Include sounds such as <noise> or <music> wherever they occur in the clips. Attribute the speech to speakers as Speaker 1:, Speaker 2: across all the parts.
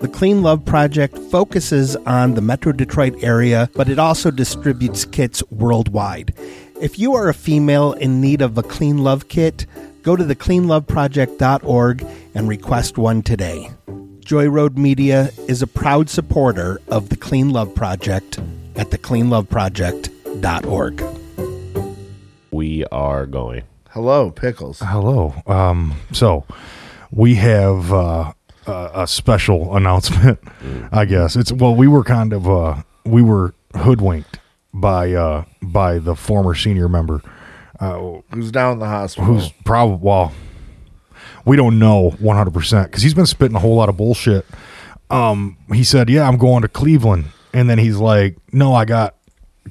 Speaker 1: The Clean Love Project focuses on the Metro Detroit area, but it also distributes kits worldwide. If you are a female in need of a Clean Love kit, go to thecleanloveproject.org and request one today. Joy Road Media is a proud supporter of the Clean Love Project at thecleanloveproject.org.
Speaker 2: We are going.
Speaker 3: Hello, pickles.
Speaker 4: Hello. Um, so we have uh, a, a special <laughs> announcement. I guess it's well, we were kind of uh, we were hoodwinked by uh, by the former senior member
Speaker 3: Who's down in the hospital?
Speaker 4: who's probably well, we don't know one hundred percent because he's been spitting a whole lot of bullshit. Um, he said, "Yeah, I'm going to Cleveland," and then he's like, "No, I got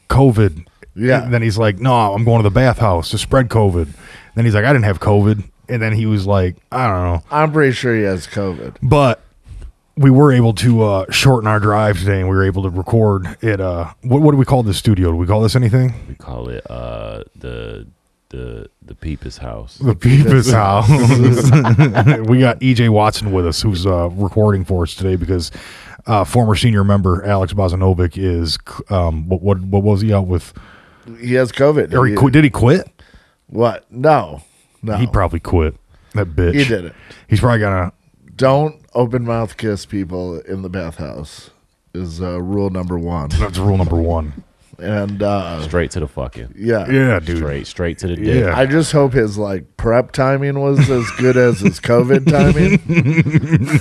Speaker 4: COVID."
Speaker 3: Yeah.
Speaker 4: And then he's like, "No, I'm going to the bathhouse to spread COVID." Then he's like, "I didn't have COVID," and then he was like, "I don't know."
Speaker 3: I'm pretty sure he has COVID.
Speaker 4: but we were able to uh, shorten our drive today, and we were able to record at uh, what, what do we call this studio? Do we call this anything?
Speaker 2: We call it uh the the the Peepus house.
Speaker 4: The Peepus
Speaker 3: <laughs>
Speaker 4: House. <laughs> we got EJ Watson with us, who's uh, recording for us today because uh, former senior member Alex Bozanovic is um, what, what what was he out with?
Speaker 3: He has COVID.
Speaker 4: Or he
Speaker 3: He-
Speaker 4: quit? Did he quit?
Speaker 3: What? No. No.
Speaker 4: He probably quit. That bitch.
Speaker 3: He did it.
Speaker 4: He's probably gonna.
Speaker 3: Don't open mouth kiss people in the bathhouse is uh, rule number one.
Speaker 4: That's rule number one.
Speaker 3: And uh,
Speaker 2: Straight to the fucking.
Speaker 3: yeah.
Speaker 4: Yeah, dude.
Speaker 2: Straight straight to the dick.
Speaker 4: Yeah.
Speaker 3: I just hope his like prep timing was as good as his
Speaker 4: <laughs>
Speaker 3: COVID timing.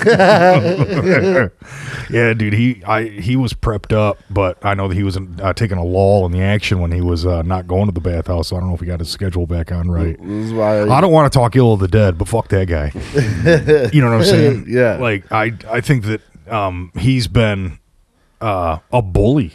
Speaker 4: Yeah, dude, he I he was prepped up, but I know that he was uh, taking a lull in the action when he was uh, not going to the bathhouse. So I don't know if he got his schedule back on right.
Speaker 3: This is why
Speaker 4: I don't want to talk ill of the dead, but fuck that guy. you know what I'm saying?
Speaker 3: Yeah.
Speaker 4: Like I I think that um he's been uh a bully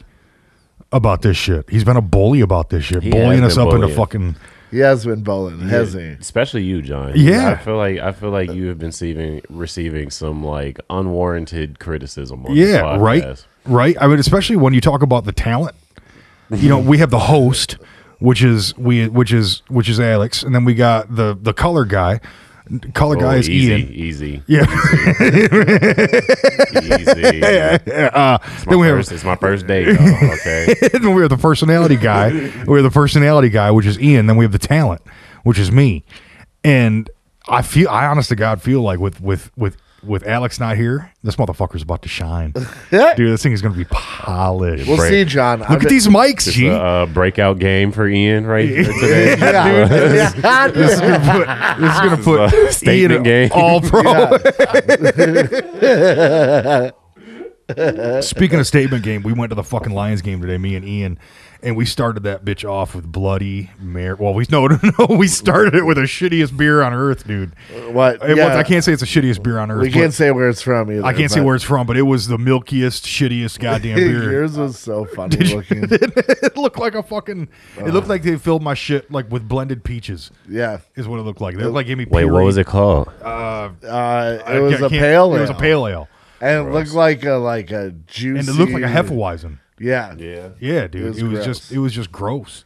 Speaker 4: about this shit. He's been a bully about this shit,
Speaker 2: He has
Speaker 4: bullying us
Speaker 2: been
Speaker 4: up into
Speaker 2: bullying.
Speaker 4: fucking
Speaker 3: he has been bowling, hasn't
Speaker 2: Especially you, John.
Speaker 4: Yeah.
Speaker 2: I feel like I feel like you have been receiving receiving some like unwarranted criticism on this
Speaker 4: Yeah, right.
Speaker 2: podcast.
Speaker 4: Right. I mean, especially when you talk about the talent. You know, we have the host, which is we, which is which is Alex, and then we got the the color guy. Color
Speaker 2: Oh,
Speaker 4: guy is
Speaker 2: easy,
Speaker 4: Ian.
Speaker 2: Easy.
Speaker 4: Yeah. <laughs>
Speaker 2: Easy. My
Speaker 4: Uh, then we have
Speaker 2: first, it's my first day. Though,
Speaker 4: <laughs>
Speaker 2: okay.
Speaker 4: then we have the personality guy.
Speaker 3: <laughs>
Speaker 4: we have the personality guy, which is Ian. Then we have the talent, which is me. And I feel, I honest to God feel like with with with with Alex not here, this motherfucker's about
Speaker 3: <laughs>
Speaker 4: to shine,
Speaker 3: he?
Speaker 4: dude. This thing is gonna be polished.
Speaker 3: We'll
Speaker 2: Break.
Speaker 3: see, John.
Speaker 4: Look at these mics, G.
Speaker 2: It's a uh, breakout game for Ian right
Speaker 4: <laughs>
Speaker 2: here today.
Speaker 3: Ah, Yeah, dude.
Speaker 4: This is gonna put, this is gonna put
Speaker 2: a statement
Speaker 4: Ian
Speaker 2: game.
Speaker 4: All pro. Speaking of statement game, we went to the fucking Lions game today, me and Ian, and we started that bitch off with bloody Mary. Well, we <laughs> no, no, no, we started it with the shittiest beer on earth, dude.
Speaker 3: What?
Speaker 4: It was-
Speaker 3: Yeah.
Speaker 4: I can't say it's the shittiest beer on earth.
Speaker 3: We can't
Speaker 4: but-
Speaker 3: say where it's from either.
Speaker 4: I can't say
Speaker 3: but-
Speaker 4: where it's from, but it was the milkiest,
Speaker 3: <laughs>
Speaker 4: shittiest goddamn <laughs> beer.
Speaker 3: Yours was so funny looking.
Speaker 4: <laughs> it looked like a fucking. It looked like they filled my shit like with blended peaches.
Speaker 3: yeah.
Speaker 4: Is what it looked like. They looked like gave me.
Speaker 2: Wait, what
Speaker 4: puree.
Speaker 2: was it called?
Speaker 3: Uh,
Speaker 4: I
Speaker 3: it was
Speaker 4: can't-
Speaker 3: a
Speaker 4: can't-
Speaker 3: pale ale.
Speaker 4: It was a pale ale,
Speaker 3: And it looked like a like a juicy.
Speaker 4: and it looked like a hefeweizen.
Speaker 3: Yeah.
Speaker 2: yeah.
Speaker 4: Yeah, dude,
Speaker 3: It was
Speaker 4: it was
Speaker 3: gross.
Speaker 4: just it was just gross.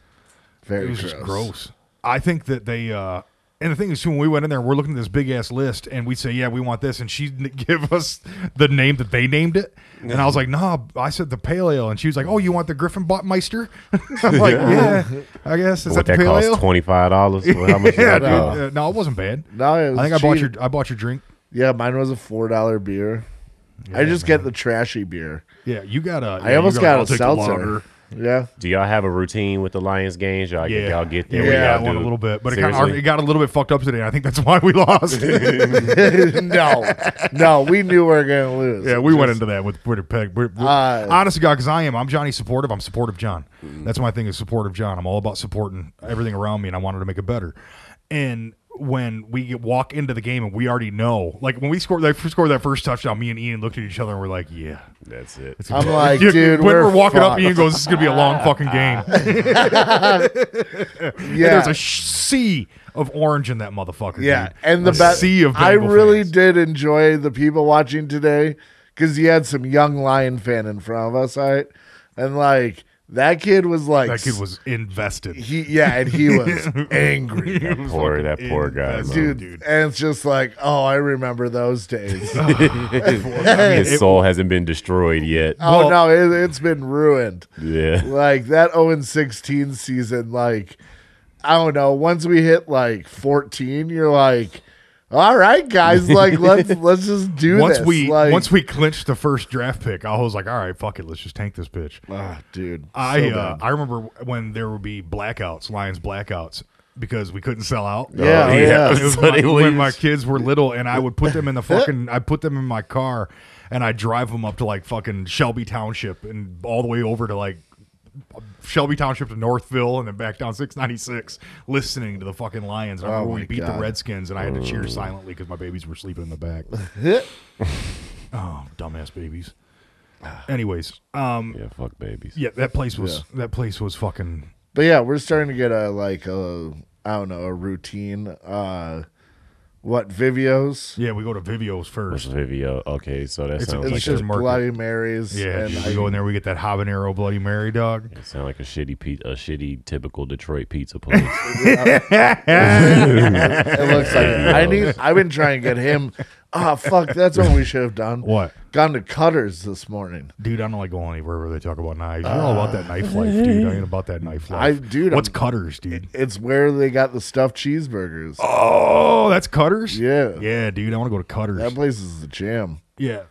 Speaker 3: Very
Speaker 4: It was
Speaker 3: gross.
Speaker 4: just gross. I think that they. uh and the thing is, too, when we went in there, we're looking at this big ass list, and we'd say, "Yeah, we want this," and she'd <laughs> give us the name that they named it, and I was like, "Nah," I said the pale ale, and she was like, "Oh, you want the Griffin Meister?" <laughs> I'm like, "Yeah, I guess is
Speaker 2: What
Speaker 4: that
Speaker 2: that
Speaker 4: the pale ale?"
Speaker 2: costs? Twenty five dollars. How much?
Speaker 4: yeah,
Speaker 2: yeah,
Speaker 4: dude, uh, no, it wasn't bad.
Speaker 3: No, it was
Speaker 4: I think I bought your
Speaker 3: cheap.
Speaker 4: I bought your drink.
Speaker 3: Yeah, mine was a four dollar beer. I just get the trashy beer.
Speaker 4: Yeah, you got a.
Speaker 3: I almost got a seltzer.
Speaker 4: <laughs>
Speaker 3: Yeah. <laughs>
Speaker 2: Do y'all have a routine with the Lions games? Y'all,
Speaker 4: Yeah.
Speaker 2: y'all get there.
Speaker 4: Yeah, we
Speaker 2: What
Speaker 3: Yeah,
Speaker 4: got
Speaker 2: y'all
Speaker 4: one
Speaker 2: do?
Speaker 4: a little bit, but it, kinda,
Speaker 2: Seriously?
Speaker 4: it got a little bit fucked up today. and I think that's <laughs> why
Speaker 2: <laughs>
Speaker 4: we lost. yeah,
Speaker 3: no, no, we knew we were gonna lose.
Speaker 4: we went into that with pretty peg. We're, we're,
Speaker 3: Uh,
Speaker 4: honest to God, because I am, I'm Johnny supportive. I'm supportive John. That's my thing is supportive John. I'm all about supporting everything around me, and I wanted to make it better. And when we get- walk into the game and we already know. Like when we scored, they scored that first touchdown. Me and Ian looked at each other and we're like, "Yeah."
Speaker 2: That's it.
Speaker 3: I'm like,
Speaker 4: <laughs> Yeah,
Speaker 3: dude,
Speaker 4: when
Speaker 3: we're,
Speaker 4: we're, walking up,
Speaker 3: fucked.
Speaker 4: Ian goes, "This is gonna be a long fucking game."
Speaker 3: <laughs> yeah,
Speaker 4: There's a sh- sea of orange in that motherfucker.
Speaker 3: yeah,
Speaker 4: dude.
Speaker 3: and the
Speaker 4: a
Speaker 3: best.
Speaker 4: sea of.
Speaker 3: I
Speaker 4: Bengal
Speaker 3: really
Speaker 4: fans.
Speaker 3: did enjoy the people watching today because you had some young lion fan in front of us, right? And like that kid was like,
Speaker 4: That kid was invested.
Speaker 3: he, yeah, and
Speaker 4: <laughs>
Speaker 3: he was angry,
Speaker 4: He
Speaker 2: <laughs>
Speaker 4: was
Speaker 2: poor-
Speaker 4: fucking
Speaker 2: that poor guy,
Speaker 4: invested,
Speaker 2: man.
Speaker 3: dude. And it's just like, oh, I remember those
Speaker 4: <laughs>
Speaker 3: days. <laughs>
Speaker 2: His soul hasn't been destroyed yet.
Speaker 3: oh
Speaker 4: Well-
Speaker 3: no, it, it's been ruined.
Speaker 2: Yeah.
Speaker 3: like that 0 16 season, like I don't know, once we hit like 14, you're like, all right, guys, like let's let's just do
Speaker 4: Once
Speaker 3: this.
Speaker 4: we
Speaker 3: like,
Speaker 4: once we clinched the first draft pick, I was like, "All right, fuck it, let's just tank this bitch."
Speaker 3: Ah, dude,
Speaker 4: I
Speaker 3: so
Speaker 4: uh,
Speaker 3: bad.
Speaker 4: I remember when there would be blackouts, Lions blackouts, because we couldn't sell out.
Speaker 3: Yeah,
Speaker 2: Oh,
Speaker 3: yeah.
Speaker 4: It was
Speaker 2: So
Speaker 4: my-
Speaker 2: they
Speaker 4: when
Speaker 2: lose.
Speaker 4: my kids were little, and I would put them
Speaker 3: <laughs>
Speaker 4: in the fucking, I put them in my car, and I drive them up to like fucking Shelby Township, and all the way over to like Shelby Township to Northville, and then back down 696, listening to the fucking Lions. I remember
Speaker 3: Oh,
Speaker 4: we
Speaker 3: my
Speaker 4: beat the
Speaker 3: God.
Speaker 4: Redskins, and I had to cheer silently because my babies were sleeping in
Speaker 3: <sighs>
Speaker 4: the back. oh, dumbass babies.
Speaker 3: Ah.
Speaker 4: Anyways, um,
Speaker 2: Yeah, fuck babies.
Speaker 4: yeah, that place was that place was fucking.
Speaker 3: <laughs> but yeah, we're starting to get a like a I don't know a routine. Uh, what Vivios?
Speaker 4: Yeah, we go to Vivio's first.
Speaker 2: Vivio. uh, Okay, so that
Speaker 4: It's-
Speaker 2: sounds
Speaker 4: it's
Speaker 2: like
Speaker 3: It's
Speaker 4: a
Speaker 3: just
Speaker 4: market.
Speaker 3: Bloody Marys.
Speaker 4: Yeah,
Speaker 3: and
Speaker 4: dude,
Speaker 3: I-
Speaker 4: we go in there, we get that habanero Bloody Mary dog.
Speaker 2: a, it sound like a shitty pe- a shitty typical Detroit pizza
Speaker 4: <laughs>
Speaker 2: place.
Speaker 3: It looks like I
Speaker 4: <laughs>
Speaker 3: need. I've been trying to get him. Ah, fuck! That's what we should have done.
Speaker 4: What?
Speaker 3: Gone to Cutters this morning.
Speaker 4: Dude, I don't like going anywhere where they talk about knives. You're all about that knife life,
Speaker 3: <laughs>
Speaker 4: dude. I ain't about that knife life.
Speaker 3: I- dude,
Speaker 4: What's
Speaker 3: I'm- <laughs>
Speaker 4: cutters, dude?
Speaker 3: It's where they got the stuffed cheeseburgers.
Speaker 4: Oh, that's cutters.
Speaker 3: Yeah.
Speaker 4: yeah, dude. I want to go to cutters.
Speaker 3: That place is the jam.
Speaker 4: yeah.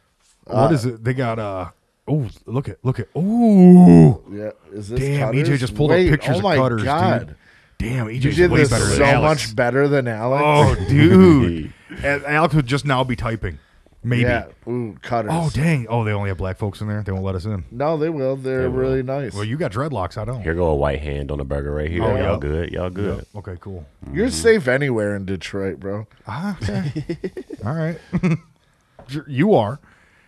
Speaker 4: what is it? They got uh. Oh, look at look at. Ooh,
Speaker 3: Yeah, is this
Speaker 4: damn.
Speaker 3: Cutters?
Speaker 4: EJ just pulled
Speaker 3: Wait,
Speaker 4: up pictures
Speaker 3: oh
Speaker 4: of
Speaker 3: my
Speaker 4: cutters,
Speaker 3: God.
Speaker 4: dude. Damn, EJ's
Speaker 3: You did
Speaker 4: way
Speaker 3: this
Speaker 4: better than
Speaker 3: so
Speaker 4: Alex.
Speaker 3: much better than <laughs>
Speaker 4: Oh, <laughs>
Speaker 3: Alex.
Speaker 4: dude. And Alex would just now be typing. Maybe.
Speaker 3: yeah. Ooh, Cutters.
Speaker 4: Oh, dang. Oh, they only have black folks in there. They won't let us in.
Speaker 3: no, they will. They're really nice.
Speaker 4: Well, you got dreadlocks. I don't.
Speaker 2: Here go a white hand on a burger right here.
Speaker 4: Oh, yeah.
Speaker 2: Y'all good? Y'all good?
Speaker 4: Yep. Okay, cool.
Speaker 3: You're safe anywhere in Detroit, bro.
Speaker 4: Ah, <laughs> okay. All right. <laughs> Sure, you are.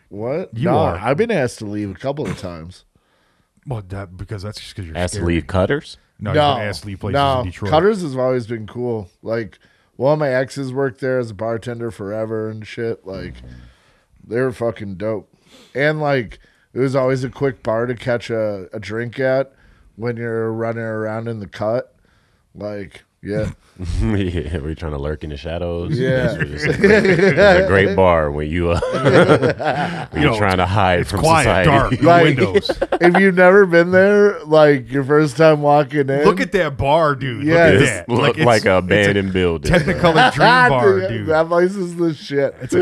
Speaker 3: What?
Speaker 4: You
Speaker 3: no,
Speaker 4: are.
Speaker 3: I've been asked to leave a couple of times.
Speaker 4: Well, that because that's just because you're
Speaker 2: Ask
Speaker 4: scared.
Speaker 2: Lee Cutters.
Speaker 4: No,
Speaker 3: no,
Speaker 4: you ask Lee places
Speaker 3: no.
Speaker 4: in Detroit.
Speaker 3: Cutters has always been cool. Like one of my exes worked there as a bartender forever and shit. Like they were fucking dope. And like it was always a quick bar to catch a, a drink at when you're running around in the cut. Like,
Speaker 4: <laughs>
Speaker 3: yeah.
Speaker 2: yeah, we're trying to lurk in the shadows.
Speaker 3: Yeah.
Speaker 2: That's what it's like. it's a great bar when you
Speaker 3: <laughs>
Speaker 2: uh, <laughs> when
Speaker 4: You
Speaker 2: you're
Speaker 4: know,
Speaker 2: trying to hide from
Speaker 4: Quiet,
Speaker 2: society. <laughs>
Speaker 4: dark,
Speaker 3: <laughs>
Speaker 4: no
Speaker 3: Like-
Speaker 4: windows.
Speaker 3: if you've never been there, like your first time walking in.
Speaker 4: Look at that bar, dude.
Speaker 3: Yeah,
Speaker 4: Look at
Speaker 2: It's
Speaker 4: that.
Speaker 2: look
Speaker 4: it's-
Speaker 2: like, a abandoned building.
Speaker 3: <laughs>
Speaker 4: <laughs> Technicolor dream bar, dude.
Speaker 3: Ah, That place is the shit.
Speaker 4: It's a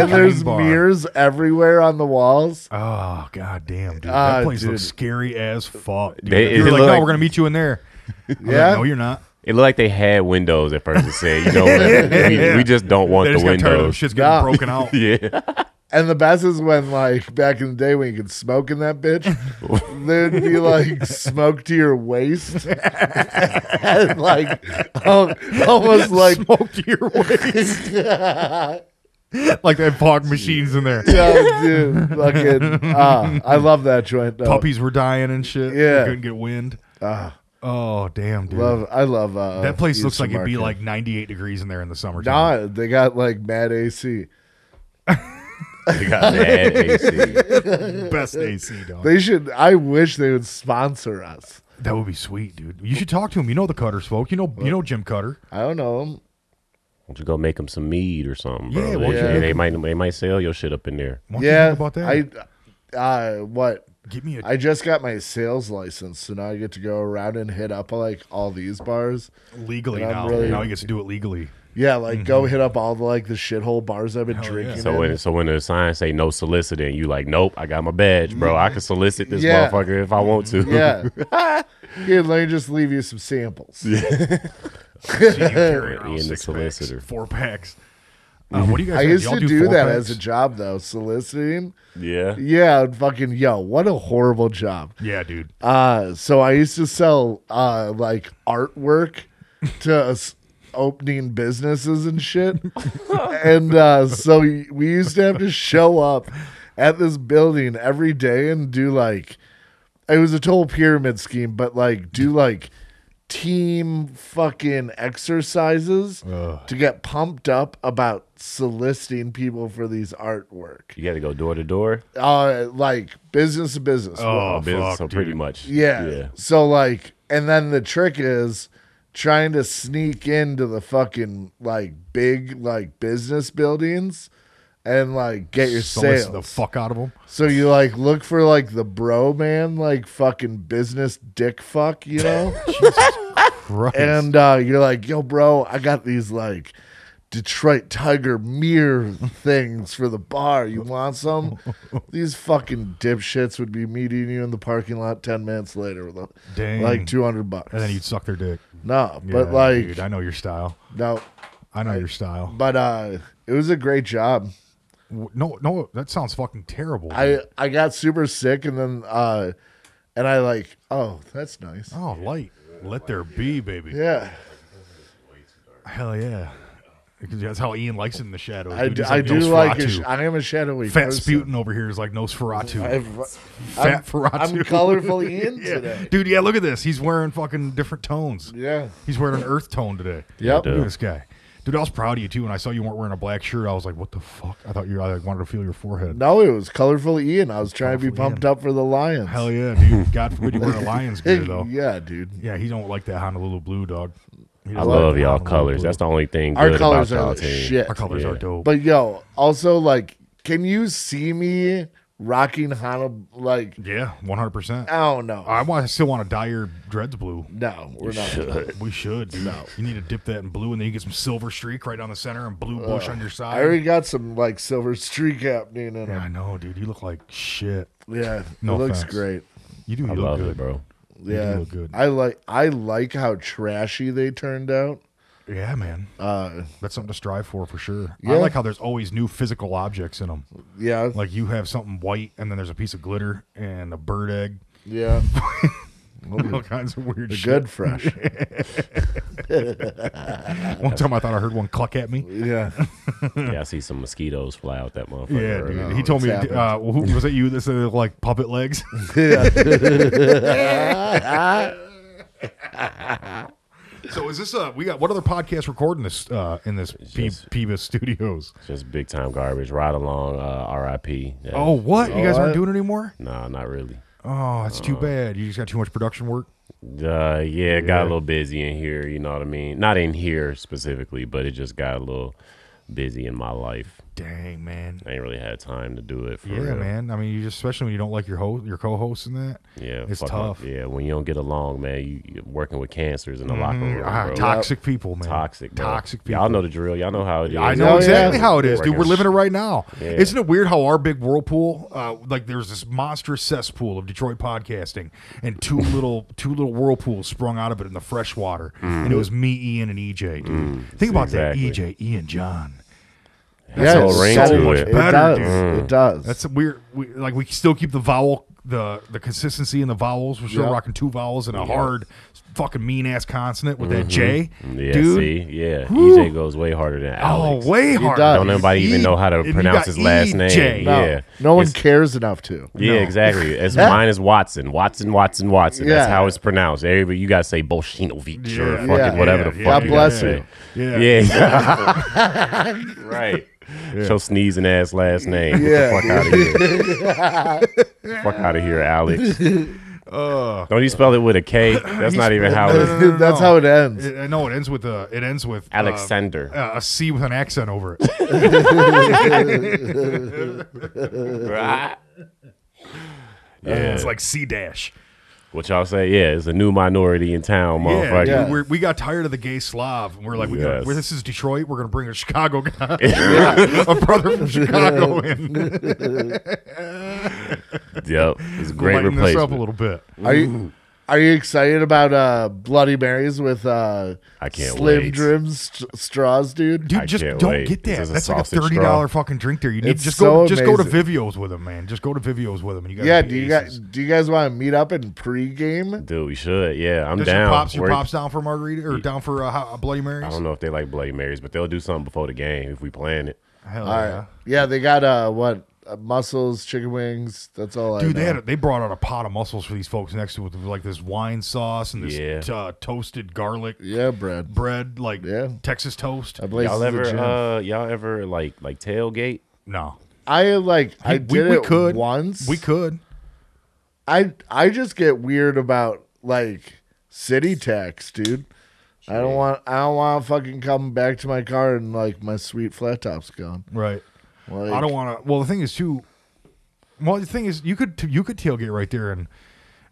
Speaker 3: <laughs> and
Speaker 4: dream
Speaker 3: there's
Speaker 4: bar.
Speaker 3: mirrors everywhere on the walls.
Speaker 4: Oh god damn, dude!
Speaker 3: Ah,
Speaker 4: that place looks
Speaker 3: dude.
Speaker 4: scary as fuck. Dude.
Speaker 2: They-
Speaker 4: you're
Speaker 2: it
Speaker 4: like,
Speaker 2: look
Speaker 4: no,
Speaker 2: like-
Speaker 4: we're gonna meet you in there. I'm like,
Speaker 3: Yeah.
Speaker 4: no, you're not.
Speaker 2: It looked like they had windows at first and said, you know
Speaker 4: <laughs>
Speaker 2: what? We, we just don't want
Speaker 4: They
Speaker 2: the
Speaker 4: just got tired of them
Speaker 2: windows.
Speaker 4: shit's getting
Speaker 3: Nah.
Speaker 4: broken
Speaker 2: <laughs>
Speaker 4: out.
Speaker 2: Yeah.
Speaker 3: And the best is when, like, back in the day when you could smoke in that
Speaker 4: <laughs>
Speaker 3: bitch, there'd be like smoke to your
Speaker 4: <laughs>
Speaker 3: waist, and like al-
Speaker 2: <laughs>
Speaker 3: almost <laughs>
Speaker 4: <laughs>
Speaker 3: like <laughs>
Speaker 4: smoke to your waist. like they have fog machines in there.
Speaker 3: oh, dude, fucking. Ah, I love that joint. Though.
Speaker 4: Puppies were dying and shit.
Speaker 3: Yeah. Ah.
Speaker 4: They couldn't get wind. oh damn, dude.
Speaker 3: love. I love uh,
Speaker 4: that place looks
Speaker 3: Eastern
Speaker 4: like it'd be
Speaker 3: Market.
Speaker 4: like 98 degrees in there in the summertime.
Speaker 3: Nah, they got like mad AC.
Speaker 2: They
Speaker 4: <laughs>
Speaker 2: got mad AC.
Speaker 4: Best AC, dog.
Speaker 3: They should. I wish they would sponsor us.
Speaker 4: that would be sweet, dude. You should talk to him. You know the Cutters folk. You know, you know Jim Cutter.
Speaker 3: I don't know.
Speaker 2: Why don't you go make them some mead or something, bro?
Speaker 4: Yeah, why
Speaker 2: they,
Speaker 4: don't
Speaker 2: they-
Speaker 4: you make
Speaker 2: they might they might sell your shit up in there.
Speaker 4: Why don't you
Speaker 3: Yeah,
Speaker 4: think about that.
Speaker 3: I uh, what
Speaker 4: Give me a.
Speaker 3: I just got my sales license, so now I get to go around and hit up like all these bars.
Speaker 4: legally
Speaker 3: I'm
Speaker 4: now.
Speaker 3: really-
Speaker 4: now he gets to do it
Speaker 3: <laughs>
Speaker 4: legally.
Speaker 3: Yeah, like go hit up all the like the shithole bars I've been
Speaker 4: Mm-hmm. yeah.
Speaker 3: drinking.
Speaker 2: So
Speaker 3: in.
Speaker 2: when so when the sign say no soliciting, you like, nope, I got my badge, bro.
Speaker 4: Mm.
Speaker 2: I can solicit this
Speaker 3: Yeah.
Speaker 2: motherfucker if I want to.
Speaker 3: yeah,
Speaker 4: <laughs>
Speaker 3: here let me just leave you some samples.
Speaker 4: Seen you carry
Speaker 2: Ian
Speaker 4: around
Speaker 2: the
Speaker 4: Oh, six packs,
Speaker 2: solicitor.
Speaker 4: four packs. Uh, what do you guys?
Speaker 3: I
Speaker 4: have?
Speaker 3: used to
Speaker 4: Y'all
Speaker 3: do
Speaker 4: four
Speaker 3: that
Speaker 4: packs?
Speaker 3: as a job though, soliciting.
Speaker 2: <laughs> yeah.
Speaker 3: Yeah, and fucking yo, what a horrible job.
Speaker 4: Yeah, dude.
Speaker 3: Uh, so I used to sell uh like artwork to s- opening businesses and shit. and uh, so we used to have to show up at this building every day and do like, it was a total pyramid scheme, but like, do like team fucking exercises to get pumped up about soliciting people for these artwork.
Speaker 2: You got to go door to door.
Speaker 3: Uh, like business to business.
Speaker 4: Oh,
Speaker 2: Business,
Speaker 4: fuck,
Speaker 2: so
Speaker 4: dude.
Speaker 2: pretty much.
Speaker 3: Yeah.
Speaker 2: Yeah.
Speaker 3: So like, and then the trick is trying to sneak into the fucking like big like business buildings and like get your sales.
Speaker 4: Solicit the fuck out of them.
Speaker 3: so you like look for like the bro man, like fucking business dick fuck, you know?
Speaker 4: <laughs> Christ.
Speaker 3: and uh, you're like, yo, bro, I got these like Detroit Tiger
Speaker 4: <laughs>
Speaker 3: mirror things for the bar. You want some? these fucking dipshits would be meeting you in the parking lot ten minutes later with a,
Speaker 4: Dang.
Speaker 3: like two hundred bucks.
Speaker 4: and then you'd suck their dick.
Speaker 3: no, but
Speaker 4: Yeah,
Speaker 3: like
Speaker 4: dude, I know your style.
Speaker 3: no,
Speaker 4: I know your style.
Speaker 3: but uh, it was a great job.
Speaker 4: W- No, no, that sounds fucking terrible.
Speaker 3: I
Speaker 4: dude.
Speaker 3: I got super sick and then uh, and I like, oh, that's nice.
Speaker 4: oh, light. Let there be, baby.
Speaker 3: Yeah,
Speaker 4: Hell yeah. Because that's how Ian likes it in the shadows.
Speaker 3: I,
Speaker 4: dude.
Speaker 3: d-
Speaker 4: He's
Speaker 3: I do like. A
Speaker 4: Nosferatu.
Speaker 3: sh- I am a shadowy
Speaker 4: Fat
Speaker 3: person.
Speaker 4: Sputin over here is like Nosferatu.
Speaker 3: I've-
Speaker 4: Fat
Speaker 3: I'm,
Speaker 4: Ferratu.
Speaker 3: I'm <laughs> colorful Ian
Speaker 4: <laughs> Yeah.
Speaker 3: today.
Speaker 4: Dude, yeah, look at this. He's wearing fucking different tones.
Speaker 3: Yeah.
Speaker 4: He's wearing an earth tone today.
Speaker 3: Yep.
Speaker 4: Look at this guy. Dude, I was proud of you too. When I saw you weren't wearing a black shirt, I was like, what the fuck? I thought you I like, wanted to feel your forehead.
Speaker 3: No, it was colorful Ian. I was trying to be
Speaker 4: Colorful
Speaker 3: pumped
Speaker 4: Ian.
Speaker 3: up for the Lions.
Speaker 4: Hell yeah, dude. God forbid you wear a lion's gear though.
Speaker 3: <laughs> yeah, dude.
Speaker 4: Yeah, he don't like that Honolulu blue, dog. He
Speaker 2: I
Speaker 4: doesn't
Speaker 2: love
Speaker 4: like
Speaker 2: y'all
Speaker 4: Honolulu
Speaker 2: colors.
Speaker 4: blue.
Speaker 2: That's the only thing
Speaker 3: Our
Speaker 2: good
Speaker 3: colors
Speaker 2: about
Speaker 3: are
Speaker 2: y'all
Speaker 3: the
Speaker 2: team.
Speaker 3: shit.
Speaker 4: Our colors
Speaker 2: Yeah.
Speaker 4: are dope.
Speaker 3: But yo, also like, can you see me rocking Hana? Like,
Speaker 4: yeah, one hundred percent.
Speaker 3: I don't know.
Speaker 4: I want. I still want to dye your
Speaker 2: <laughs>
Speaker 4: dreads blue.
Speaker 3: no, we're not.
Speaker 4: We should. Dude. You need to dip that in blue, and then you get some silver streak right down the center and blue bush on your
Speaker 3: I
Speaker 4: side.
Speaker 3: already got some like silver streak happening in
Speaker 4: Yeah, I
Speaker 3: him.
Speaker 4: know, dude. You look like shit.
Speaker 3: Yeah,
Speaker 4: No
Speaker 3: it looks
Speaker 4: offense.
Speaker 3: great.
Speaker 4: You do. You
Speaker 2: I
Speaker 4: look
Speaker 2: love
Speaker 4: good,
Speaker 2: it, bro.
Speaker 4: <laughs> do
Speaker 3: Yeah,
Speaker 4: look good.
Speaker 3: I like. I like how trashy they turned out.
Speaker 4: Yeah, man.
Speaker 3: Uh,
Speaker 4: That's something to strive for for sure.
Speaker 3: Yeah.
Speaker 4: I like how there's always new physical objects in them.
Speaker 3: yeah,
Speaker 4: Like you have something white, and then there's a piece of glitter and a bird egg.
Speaker 3: yeah.
Speaker 4: <laughs> All kinds of weird
Speaker 3: The
Speaker 4: shit.
Speaker 3: good fresh.
Speaker 4: <laughs> One time I thought I heard one cluck at
Speaker 2: <laughs>
Speaker 4: me.
Speaker 3: yeah.
Speaker 2: Yeah, I see some mosquitoes fly out that motherfucker.
Speaker 4: Yeah,
Speaker 2: Or-
Speaker 4: dude.
Speaker 3: no,
Speaker 4: he told
Speaker 3: it's
Speaker 4: me.
Speaker 3: happened.
Speaker 4: Uh, who was it? You that said they look like
Speaker 2: <laughs>
Speaker 4: puppet legs? <laughs> so is this uh we got what other podcast recording this uh in this P-
Speaker 2: just-
Speaker 4: Peebus Studios?
Speaker 2: Just big time garbage. Ride along, uh, R.I.P. Yeah.
Speaker 4: Oh, what you guys
Speaker 3: Alright.
Speaker 4: aren't doing it anymore?
Speaker 2: nah, not really.
Speaker 4: Oh, that's too bad. You just got too much production work.
Speaker 2: Uh, yeah, it got a little busy in here. You know what I mean? Not in here specifically, but it just got a little busy in my life.
Speaker 4: Dang man.
Speaker 2: I ain't really had time to do it for
Speaker 4: Yeah,
Speaker 2: real.
Speaker 4: man. I mean, you just especially when you don't like your host, your co-host, and that.
Speaker 2: Yeah,
Speaker 4: it's
Speaker 2: fuck
Speaker 4: tough.
Speaker 2: up. Yeah, when you don't get along, man, you you're working with cancers in the locker room,
Speaker 4: Ah,
Speaker 2: bro.
Speaker 4: toxic people, man.
Speaker 2: toxic, bro.
Speaker 4: toxic people.
Speaker 2: Y'all know the drill. Y'all know how it is.
Speaker 4: I know
Speaker 3: Oh,
Speaker 4: exactly
Speaker 3: yeah.
Speaker 4: how it is, dude.
Speaker 2: Working
Speaker 4: We're living it right now.
Speaker 2: Yeah.
Speaker 4: Isn't it weird how our big whirlpool, uh, like there's this monstrous cesspool of Detroit podcasting, and
Speaker 2: <laughs>
Speaker 4: two little two little whirlpools sprung out of it in the fresh water, and it was me, Ian, and EJ. Dude, think about
Speaker 2: Mm. exactly.
Speaker 4: that, EJ, Ian, John.
Speaker 3: Yeah,
Speaker 2: whole
Speaker 3: it's
Speaker 2: ring
Speaker 3: so
Speaker 2: to
Speaker 3: much
Speaker 2: it.
Speaker 4: better,
Speaker 3: does.
Speaker 4: dude.
Speaker 3: It does.
Speaker 4: Mm. That's a weird. We, like we still keep the vowel, the the consistency in the vowels. We're still
Speaker 3: Yeah.
Speaker 4: rocking two vowels and a hard, fucking mean ass consonant with that J,
Speaker 2: Mm-hmm. Yeah,
Speaker 4: dude.
Speaker 2: see, yeah,
Speaker 4: Whew.
Speaker 2: EJ goes way harder than Alex.
Speaker 4: Oh, way
Speaker 3: He
Speaker 4: hard.
Speaker 3: does.
Speaker 2: Don't nobody even
Speaker 4: E-
Speaker 2: know how to
Speaker 4: and you
Speaker 2: pronounce
Speaker 4: got E
Speaker 2: his last
Speaker 4: EJ.
Speaker 2: name.
Speaker 3: no,
Speaker 2: Yeah,
Speaker 3: no one
Speaker 2: It's-
Speaker 3: cares enough to.
Speaker 2: Yeah,
Speaker 4: <laughs>
Speaker 2: exactly. It's mine is Watson, Watson, Watson, Watson. That's
Speaker 3: Yeah.
Speaker 2: how it's pronounced. Everybody, you gotta say Bolshinovich or
Speaker 4: Yeah.
Speaker 2: fucking
Speaker 3: Yeah.
Speaker 2: whatever the
Speaker 4: Yeah.
Speaker 2: fuck.
Speaker 4: God
Speaker 2: you
Speaker 3: bless
Speaker 2: gotta
Speaker 3: you.
Speaker 2: say.
Speaker 4: Yeah.
Speaker 2: Yeah, <laughs>
Speaker 4: <laughs>
Speaker 2: right. So sneezing ass last name. Get
Speaker 3: Yeah,
Speaker 2: the fuck out of
Speaker 4: <laughs>
Speaker 2: here. fuck out of here, Alex.
Speaker 4: Oh.
Speaker 2: Don't you spell it with a
Speaker 4: <laughs>
Speaker 2: K? That's not even how
Speaker 4: No,
Speaker 2: it's
Speaker 3: <laughs>
Speaker 4: no, no, no,
Speaker 3: That's
Speaker 4: no.
Speaker 3: how it ends.
Speaker 4: It, no, it ends with a. It ends with uh,
Speaker 2: Alexander.
Speaker 4: Uh, a C with an accent over
Speaker 2: <laughs>
Speaker 4: it.
Speaker 2: <laughs> yeah.
Speaker 4: It's like C dash.
Speaker 2: What y'all say? Yeah, it's a new minority in town,
Speaker 4: Yeah,
Speaker 2: motherfucker.
Speaker 4: dude, we're, we got tired of the gay Slav, and we're like, we got,
Speaker 2: Yes.
Speaker 4: well, this is Detroit. We're gonna bring a
Speaker 2: <laughs>
Speaker 4: Chicago guy, <laughs> a brother from Chicago,
Speaker 3: <laughs>
Speaker 4: in.
Speaker 2: Yep. It's a great
Speaker 4: lighten this up a
Speaker 2: replacement.
Speaker 4: little bit.
Speaker 3: Are you? Are you excited about uh, Bloody Marys with uh,
Speaker 2: I can't
Speaker 3: Slim
Speaker 2: wait.
Speaker 3: Jim st- straws, dude?
Speaker 4: Dude,
Speaker 2: I
Speaker 4: just
Speaker 2: can't
Speaker 4: don't
Speaker 2: wait.
Speaker 4: get
Speaker 2: This
Speaker 4: that.
Speaker 2: is a
Speaker 4: That's like a
Speaker 2: sausage
Speaker 4: thirty
Speaker 2: straw.
Speaker 4: dollar fucking drink there. You need
Speaker 3: It's
Speaker 4: just
Speaker 3: so
Speaker 4: go just go to
Speaker 3: amazing.
Speaker 4: Vivio's with them, man. Just go to Vivio's with them. You got
Speaker 3: yeah, do you guys do you guys want to meet up in pregame?
Speaker 2: Dude, we should. Yeah, I'm
Speaker 4: Does
Speaker 2: down.
Speaker 4: your pops your
Speaker 2: We're-
Speaker 4: pops down for margarita or down for uh, ho- Bloody
Speaker 2: I
Speaker 4: Marys?
Speaker 2: don't know if they like Bloody Marys, but they'll do something before the game if we plan it.
Speaker 4: Hell
Speaker 3: All right. Yeah, they got uh what uh, mussels, chicken wings. That's all. I
Speaker 4: Dude,
Speaker 3: know.
Speaker 4: they had a, they brought out a pot of mussels for these folks next to it with like this wine sauce and this
Speaker 2: Yeah.
Speaker 4: t- uh, toasted garlic
Speaker 3: yeah bread.
Speaker 4: bread, like
Speaker 3: Yeah.
Speaker 4: Texas toast.
Speaker 3: I believe
Speaker 2: Y'all ever, uh, y'all ever like like tailgate?
Speaker 4: No,
Speaker 3: I like. I
Speaker 4: Hey,
Speaker 3: did
Speaker 4: we- we
Speaker 3: it
Speaker 4: could.
Speaker 3: once.
Speaker 4: we could.
Speaker 3: I I just get weird about like city tax, dude. I don't want. I don't want to fucking come back to my car and like my sweet flat top's gone.
Speaker 4: Right.
Speaker 3: Like,
Speaker 4: I don't want to. Well, the thing is too. Well, the thing is, you could you could tailgate right there in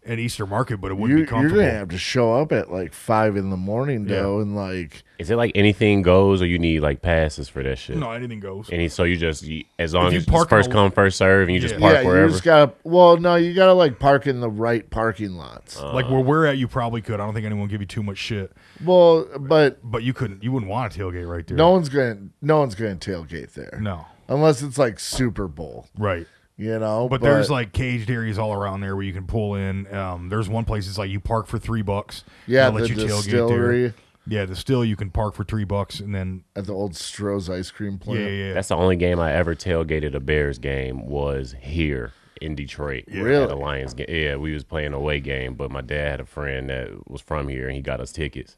Speaker 4: in Easter Market, but it wouldn't
Speaker 3: You,
Speaker 4: be
Speaker 3: are
Speaker 4: comfortable.
Speaker 3: gonna have to show up at like five in the morning though, and like
Speaker 2: Is it like anything goes, or you need like passes for that shit?
Speaker 4: no, anything goes.
Speaker 2: And he- so you just you- as long
Speaker 4: you
Speaker 2: as
Speaker 4: park
Speaker 2: it's first
Speaker 4: on a-
Speaker 2: come first serve, and you just
Speaker 4: Yeah.
Speaker 2: park
Speaker 3: yeah,
Speaker 2: wherever.
Speaker 3: you just gotta. Well, no, you gotta like park in the right parking lots.
Speaker 4: like
Speaker 2: uh,
Speaker 4: where we're at, you probably could. I don't think anyone would give you too much shit,
Speaker 3: well, but
Speaker 4: but you couldn't. You wouldn't want to tailgate right there.
Speaker 3: no one's gonna no one's gonna tailgate there.
Speaker 4: no,
Speaker 3: unless it's like Super Bowl,
Speaker 4: right.
Speaker 3: you know.
Speaker 4: But, there's like caged areas all around there where you can pull in. Um, there's one place it's like you park for three bucks.
Speaker 3: yeah,
Speaker 4: they'll
Speaker 3: the
Speaker 4: there.
Speaker 3: distillery
Speaker 4: Yeah, the still you can park for three bucks, and then
Speaker 3: at the old Stroh's ice cream
Speaker 4: yeah,
Speaker 3: plant.
Speaker 4: yeah, yeah.
Speaker 2: That's the only game I ever tailgated a Bears game was here in Detroit.
Speaker 3: Really?
Speaker 2: At a Lions game. Yeah, we was playing away game, but my dad had a friend that was from here and he got us tickets.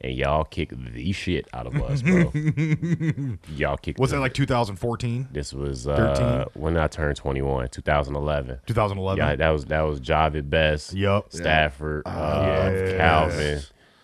Speaker 2: And y'all kicked the shit out of us,
Speaker 4: <laughs>
Speaker 2: bro. y'all kicked.
Speaker 4: was
Speaker 2: the-
Speaker 4: that like 2014,
Speaker 2: This was uh,
Speaker 4: 13?
Speaker 2: when I turned 21, 2011.
Speaker 4: 2011?
Speaker 2: Yeah, that was that was Javid Best.
Speaker 4: Yup. Ah,
Speaker 2: Stafford, uh,
Speaker 4: Yes.
Speaker 2: Calvin.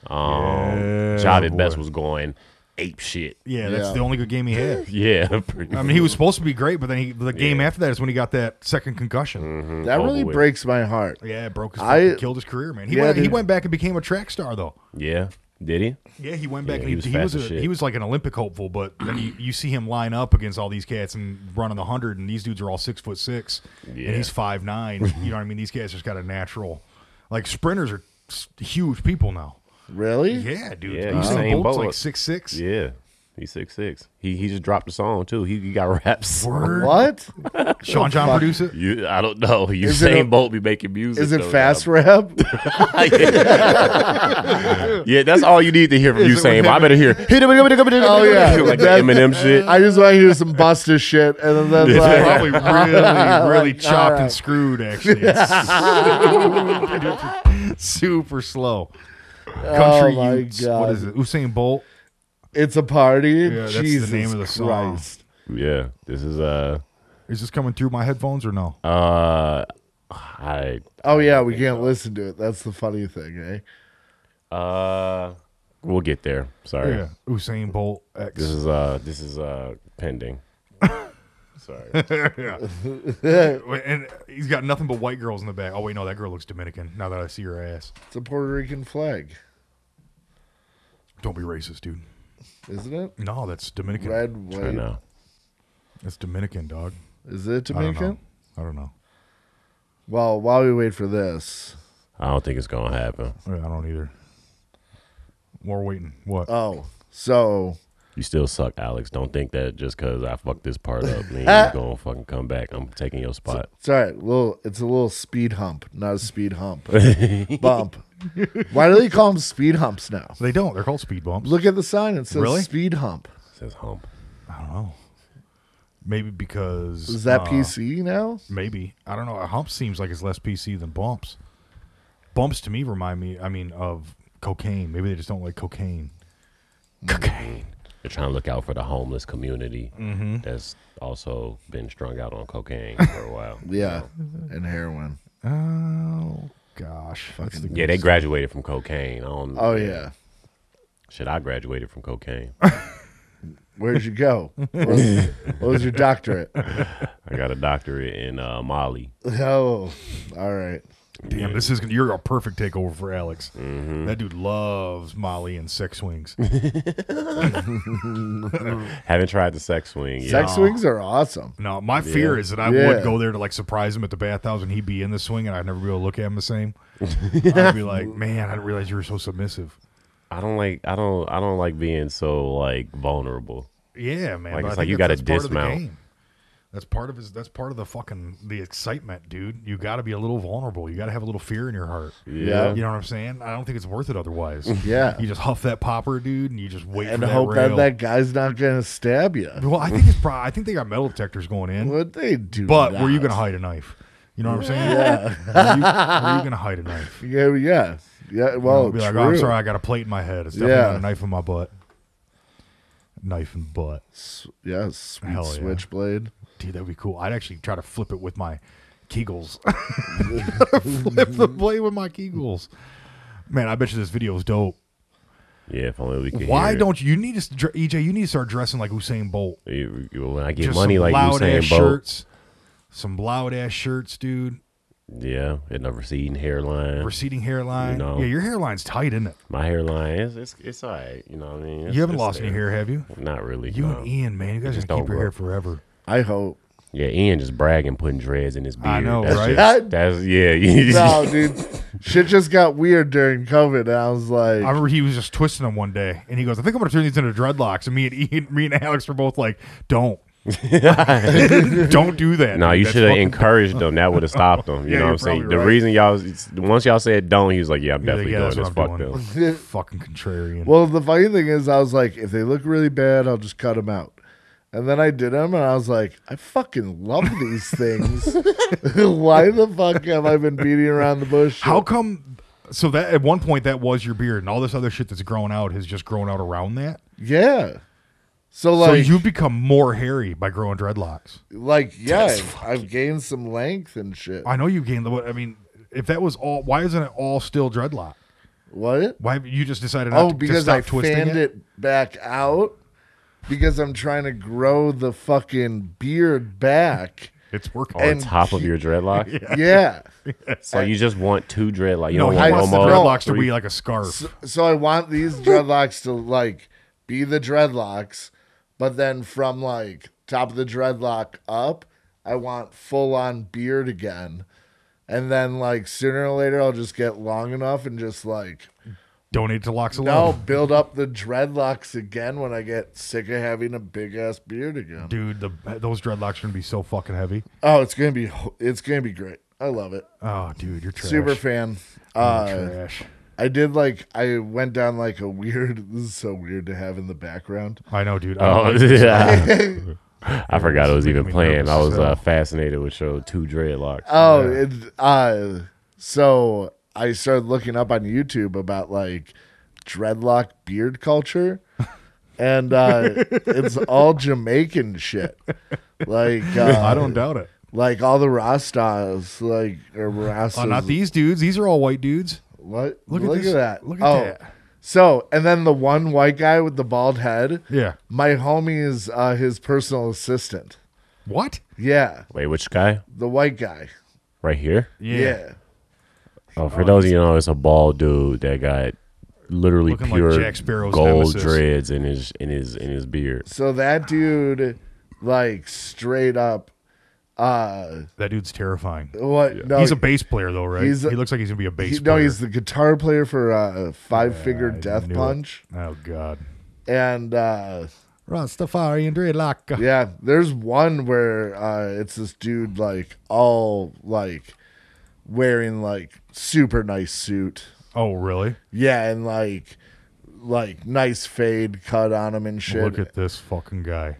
Speaker 2: Um,
Speaker 4: Yeah,
Speaker 2: Javid
Speaker 4: boy.
Speaker 2: Best was going ape shit. <laughs>
Speaker 4: Yeah, that's
Speaker 3: Yeah.
Speaker 4: the only good game he
Speaker 3: <laughs>
Speaker 4: had.
Speaker 2: Yeah, pretty
Speaker 4: I mean, he was supposed to be great, but then he, the game after that is when he got that second concussion.
Speaker 3: That
Speaker 2: over
Speaker 3: really
Speaker 2: with.
Speaker 3: breaks my heart.
Speaker 4: Yeah, it broke his
Speaker 3: I-
Speaker 4: fucking- killed his career, man. He
Speaker 3: Yeah,
Speaker 4: went, he
Speaker 3: dude.
Speaker 4: went back and became a track star though.
Speaker 2: yeah. Did he?
Speaker 4: Yeah, he went back
Speaker 2: Yeah,
Speaker 4: and
Speaker 2: he
Speaker 4: he,
Speaker 2: was
Speaker 4: he
Speaker 2: fast
Speaker 4: was,
Speaker 2: as
Speaker 4: a,
Speaker 2: shit.
Speaker 4: he was like an Olympic hopeful, but then you, you see him line up against all these cats and running the hundred, and these dudes are all six foot six,
Speaker 2: Yeah.
Speaker 4: and he's five nine.
Speaker 2: <laughs>
Speaker 4: you know what I mean? These guys just got a natural, like sprinters are s- huge people now.
Speaker 3: Really?
Speaker 4: Yeah, dude.
Speaker 2: Yeah,
Speaker 4: Usain
Speaker 2: Usain
Speaker 4: Bolt's
Speaker 2: Bolt.
Speaker 4: like six six.
Speaker 2: Yeah. He's six six. He he just dropped a song too. He, he got raps.
Speaker 3: <laughs>
Speaker 4: Word.
Speaker 3: What
Speaker 4: Sean John produce
Speaker 2: <laughs>
Speaker 4: it.
Speaker 2: You, I don't know. You
Speaker 3: Is it a-
Speaker 2: Usain Bolt be making music.
Speaker 3: is it?
Speaker 2: though,
Speaker 3: Fast
Speaker 4: <laughs>
Speaker 3: rap?
Speaker 2: dog. yeah. <laughs>
Speaker 3: <laughs>
Speaker 2: Yeah, that's all you need to hear from
Speaker 4: Is it
Speaker 2: Usain.
Speaker 4: with
Speaker 2: Bolt. I
Speaker 4: him?
Speaker 2: better hear. Hit him, hit him, hit him, hit him,
Speaker 3: <laughs> Oh,
Speaker 2: hit him,
Speaker 3: yeah.
Speaker 2: hit him, <laughs> like the
Speaker 3: That-
Speaker 2: Eminem shit.
Speaker 3: I just want to hear some Busta shit, and then that's like,
Speaker 4: Probably
Speaker 2: <laughs>
Speaker 4: really, really chopped and screwed. Actually, It's super slow.
Speaker 2: Oh
Speaker 4: Country
Speaker 3: my
Speaker 4: Utes.
Speaker 3: God.
Speaker 4: What is it? Usain Bolt.
Speaker 3: it's a party.
Speaker 4: that's the
Speaker 3: Jesus
Speaker 4: name of the song.
Speaker 3: Christ.
Speaker 2: Yeah, this is uh
Speaker 4: Is this coming through my headphones or no?
Speaker 2: uh I
Speaker 3: Oh yeah, we can't listen to it. That's the funny thing, eh?
Speaker 2: uh we'll get there. Sorry.
Speaker 4: yeah. Usain Bolt
Speaker 2: This
Speaker 4: X.
Speaker 2: is uh this is uh
Speaker 3: <laughs>
Speaker 2: pending. Sorry.
Speaker 4: Wait, And he's got nothing but white girls in the back. Oh wait, no, that girl looks Dominican. Now that I see her ass,
Speaker 3: It's a Puerto Rican flag,
Speaker 4: don't be racist, dude.
Speaker 3: isn't it?
Speaker 4: No, that's Dominican.
Speaker 3: Red,
Speaker 2: I
Speaker 3: white.
Speaker 2: know.
Speaker 4: That's Dominican, dog.
Speaker 3: Is it
Speaker 4: I don't know.
Speaker 3: Dominican?
Speaker 4: I don't know.
Speaker 3: Well, while we wait for this,
Speaker 2: I don't think it's gonna happen.
Speaker 4: Yeah, I don't either. More waiting. What?
Speaker 3: oh, so
Speaker 2: You still suck, Alex. Don't think that just cause I fucked this part up, man, you're gonna fucking come back. I'm taking your spot.
Speaker 3: it's all right. Little, it's a little speed hump, not a speed
Speaker 4: <laughs>
Speaker 3: hump, bump. Why do they call them speed humps now?
Speaker 4: they don't. They're called speed bumps.
Speaker 3: Look at the sign. It says
Speaker 4: Really?
Speaker 3: speed hump.
Speaker 2: It says hump.
Speaker 4: I don't know. Maybe because
Speaker 3: Is that
Speaker 4: uh,
Speaker 3: PC now?
Speaker 4: Maybe I don't know. A hump seems like it's less PC than bumps. Bumps to me remind me. I mean, of cocaine. Maybe they just don't like cocaine.
Speaker 3: Mm.
Speaker 4: Cocaine.
Speaker 2: They're trying to look out for the homeless community that's also been strung out on cocaine for a while.
Speaker 3: Yeah, and heroin.
Speaker 4: Oh gosh, that's the
Speaker 2: Yeah, they graduated from cocaine. I don't
Speaker 3: Oh yeah.
Speaker 2: Shit, I graduated from cocaine.
Speaker 3: Where'd you
Speaker 4: <laughs>
Speaker 3: go? What was, what was your doctorate? <laughs>
Speaker 2: I got a doctorate in uh, Mali.
Speaker 3: Oh, all right.
Speaker 4: Damn, this is gonna, you're a perfect takeover for Alex.
Speaker 2: Mm-hmm.
Speaker 4: That dude loves Molly and sex swings.
Speaker 2: Haven't tried the sex swing. yet.
Speaker 3: Sex swings are awesome.
Speaker 2: <laughs>
Speaker 4: No, my fear is that I
Speaker 3: Yeah.
Speaker 4: would go there to like surprise him at the bathhouse and he'd be in the swing and I'd never be able to look at him
Speaker 2: <laughs>
Speaker 4: the same. I'd be like, man, I didn't realize you were so submissive.
Speaker 2: I don't like. I don't. I don't like being so like vulnerable.
Speaker 4: Yeah, man.
Speaker 2: Like, it's
Speaker 4: but I
Speaker 2: like
Speaker 4: think
Speaker 2: you
Speaker 4: that's-
Speaker 2: gotta
Speaker 4: that's part of the
Speaker 2: dismount.
Speaker 4: game. That's part of his. That's part of the fucking the excitement, dude. You got to be a little vulnerable. You got to have a little fear in your heart.
Speaker 3: Yeah.
Speaker 4: You know what I'm saying? I don't think it's worth it otherwise.
Speaker 3: <laughs> Yeah.
Speaker 4: You just huff that popper, dude, and you just wait
Speaker 3: And
Speaker 4: for that
Speaker 3: hope that
Speaker 4: rail.
Speaker 3: that guy's not gonna stab you.
Speaker 4: Well, I think it's pro- I think they got metal detectors going in.
Speaker 3: What they do?
Speaker 4: But where you
Speaker 3: not.
Speaker 4: gonna hide a knife? You know what I'm saying? Yeah. Where you, where you gonna hide
Speaker 3: <laughs>
Speaker 4: a knife?
Speaker 3: Yeah, yeah, yeah. Well,
Speaker 4: I'll be
Speaker 3: true.
Speaker 4: like, oh, I'm sorry, I got a plate in my head. It's definitely
Speaker 3: Yeah.
Speaker 4: not a knife in my butt. Knife and butt,
Speaker 3: S- yeah, sweet
Speaker 4: Hell yeah.
Speaker 3: switchblade.
Speaker 4: dude, that'd be cool. I'd actually try to flip it with my kegels. <laughs> flip
Speaker 3: <laughs>
Speaker 4: the blade with my kegels. Man, I bet you this video is dope.
Speaker 2: Yeah. If only we could.
Speaker 4: Why
Speaker 2: hear it.
Speaker 4: don't you, you need to dr- EJ? You need to start dressing like Usain Bolt.
Speaker 2: You- you- when I get
Speaker 4: Just
Speaker 2: money
Speaker 4: some
Speaker 2: like
Speaker 4: loud ass
Speaker 2: Usain Bolt?
Speaker 4: shirts, some loud ass shirts, dude.
Speaker 2: Yeah, and a receding hairline.
Speaker 4: Receding hairline.
Speaker 2: You know.
Speaker 4: Yeah, your hairline's tight, isn't it?
Speaker 2: My hairline is it's it's all right. You know what I mean? It's-
Speaker 4: You haven't
Speaker 2: it's
Speaker 4: lost any
Speaker 2: there.
Speaker 4: hair, have you?
Speaker 2: Not really.
Speaker 4: You
Speaker 2: no.
Speaker 4: and Ian, man, you guys
Speaker 2: just
Speaker 4: can keep
Speaker 2: don't
Speaker 4: your hair
Speaker 2: work.
Speaker 4: forever.
Speaker 3: I
Speaker 4: <laughs>
Speaker 3: hope.
Speaker 2: Yeah, Ian just bragging, putting dreads in his beard.
Speaker 4: I know,
Speaker 2: that's
Speaker 4: right?
Speaker 2: Just, that's yeah. <laughs>
Speaker 3: No, dude, shit just got weird during COVID. And I was like,
Speaker 4: I remember he was just twisting them one day, and he goes, "I think I'm gonna turn these into dreadlocks." And me and Ian, me and Alex were both like,
Speaker 2: <laughs>
Speaker 4: "Don't, don't do that."
Speaker 2: No,
Speaker 4: dude.
Speaker 2: you
Speaker 4: That's
Speaker 2: should have
Speaker 4: fucking-
Speaker 2: encouraged them. That would have stopped
Speaker 4: <laughs>
Speaker 2: them. You
Speaker 4: Yeah,
Speaker 2: know
Speaker 4: you're
Speaker 2: what I'm saying?
Speaker 4: probably
Speaker 2: The
Speaker 4: right.
Speaker 2: reason y'all it's- once y'all said don't, he was like, "Yeah, I'm
Speaker 4: You're like,
Speaker 2: definitely
Speaker 4: yeah, that's
Speaker 2: doing this.
Speaker 4: what I'm
Speaker 2: Fuck
Speaker 4: doing.
Speaker 2: them."
Speaker 3: <laughs>
Speaker 4: <laughs> fucking contrarian.
Speaker 3: well, the funny thing is, I was like, if they look really bad, I'll just cut them out. And then I did them, and I was like, I fucking love these things.
Speaker 4: <laughs>
Speaker 3: <laughs> Why the fuck have I been beating around the bush?
Speaker 4: How come? So that at one point that was your beard, and all this other shit that's grown out has just grown out around that.
Speaker 3: Yeah. So like,
Speaker 4: so you've become more hairy by growing dreadlocks.
Speaker 3: like, yeah, I've, I've gained some length and shit.
Speaker 4: I know you gained the. I mean, if that was all, why isn't it all still dreadlock?
Speaker 3: what?
Speaker 4: Why have you just decided? Not
Speaker 3: Oh,
Speaker 4: to,
Speaker 3: because
Speaker 4: to stop
Speaker 3: I
Speaker 4: twisting
Speaker 3: fanned
Speaker 4: it?
Speaker 3: it? back out because I'm trying to grow the fucking beard
Speaker 4: <laughs>
Speaker 3: back.
Speaker 4: It's working.
Speaker 2: On
Speaker 3: And
Speaker 2: top of your dreadlock.
Speaker 4: <laughs>
Speaker 3: Yeah.
Speaker 2: So you just want two dreadlock. You
Speaker 4: no,
Speaker 2: don't
Speaker 4: he
Speaker 2: want
Speaker 4: wants the
Speaker 2: no more.
Speaker 4: dreadlocks to
Speaker 2: Three-
Speaker 4: be like a scarf.
Speaker 3: So I want these dreadlocks to like be the dreadlocks, but then from like top of the dreadlock up, I want full on beard again. And then like sooner or later I'll just get long enough and just like
Speaker 4: Donate to Locks
Speaker 3: no,
Speaker 4: Alone.
Speaker 3: build up the dreadlocks again when I get sick of having a big ass beard again.
Speaker 4: Dude, the, those dreadlocks are gonna be so fucking heavy.
Speaker 3: Oh, it's gonna be it's gonna be great. I love it.
Speaker 4: Oh, dude, you're trash.
Speaker 3: Super fan.
Speaker 4: You're
Speaker 3: Uh,
Speaker 4: trash.
Speaker 3: I did like I went down like a weird. <laughs> This is so weird to have in the background.
Speaker 4: I know, dude. I
Speaker 2: <laughs> Oh <laughs>
Speaker 4: don't like-
Speaker 2: yeah.
Speaker 4: <laughs>
Speaker 2: I forgot it was even
Speaker 4: me
Speaker 2: playing.
Speaker 4: nervous
Speaker 2: I
Speaker 4: as
Speaker 2: was uh,
Speaker 4: hell.
Speaker 2: fascinated with your two dreadlocks.
Speaker 3: Oh, it, uh, so I started looking up on YouTube about like dreadlock beard culture,
Speaker 4: <laughs>
Speaker 3: and uh, it's all Jamaican shit. Like uh,
Speaker 4: <laughs> I don't doubt it.
Speaker 3: like all the Rastas, like or Rastas.
Speaker 4: Oh, not these dudes. These are all white dudes.
Speaker 3: What? Look,
Speaker 4: Look at
Speaker 3: at,
Speaker 4: this-
Speaker 3: that. Oh.
Speaker 4: look at that.
Speaker 3: So, and then the one white guy with the bald head.
Speaker 4: Yeah.
Speaker 3: My homie is uh, his personal assistant.
Speaker 4: What?
Speaker 3: Yeah.
Speaker 2: Wait, which guy?
Speaker 3: The white guy.
Speaker 2: Right here.
Speaker 3: Yeah.
Speaker 2: Oh, for those of you who know, it's a bald dude that got literally
Speaker 4: Looking like
Speaker 2: pure
Speaker 4: Jack Sparrow's
Speaker 2: gold
Speaker 4: nemesis.
Speaker 2: dreads in his in his in his beard. <laughs>
Speaker 3: So that dude, like, straight up, uh,
Speaker 4: That dude's terrifying.
Speaker 3: what? Oh, No,
Speaker 4: he's a bass player, though, right?
Speaker 3: he's a-
Speaker 4: he looks like he's gonna be a bass
Speaker 3: he-
Speaker 4: player.
Speaker 3: no, he's the guitar player for uh, Five Finger
Speaker 4: I
Speaker 3: Death
Speaker 4: knew it.
Speaker 3: Punch,
Speaker 4: Oh God.
Speaker 3: and uh,
Speaker 4: Rastafari and dreadlock.
Speaker 3: yeah, there's one where uh, it's this dude like all like wearing like super nice suit,
Speaker 4: Oh, really?
Speaker 3: Yeah, and like like nice fade cut on him and shit.
Speaker 4: Look at this fucking guy.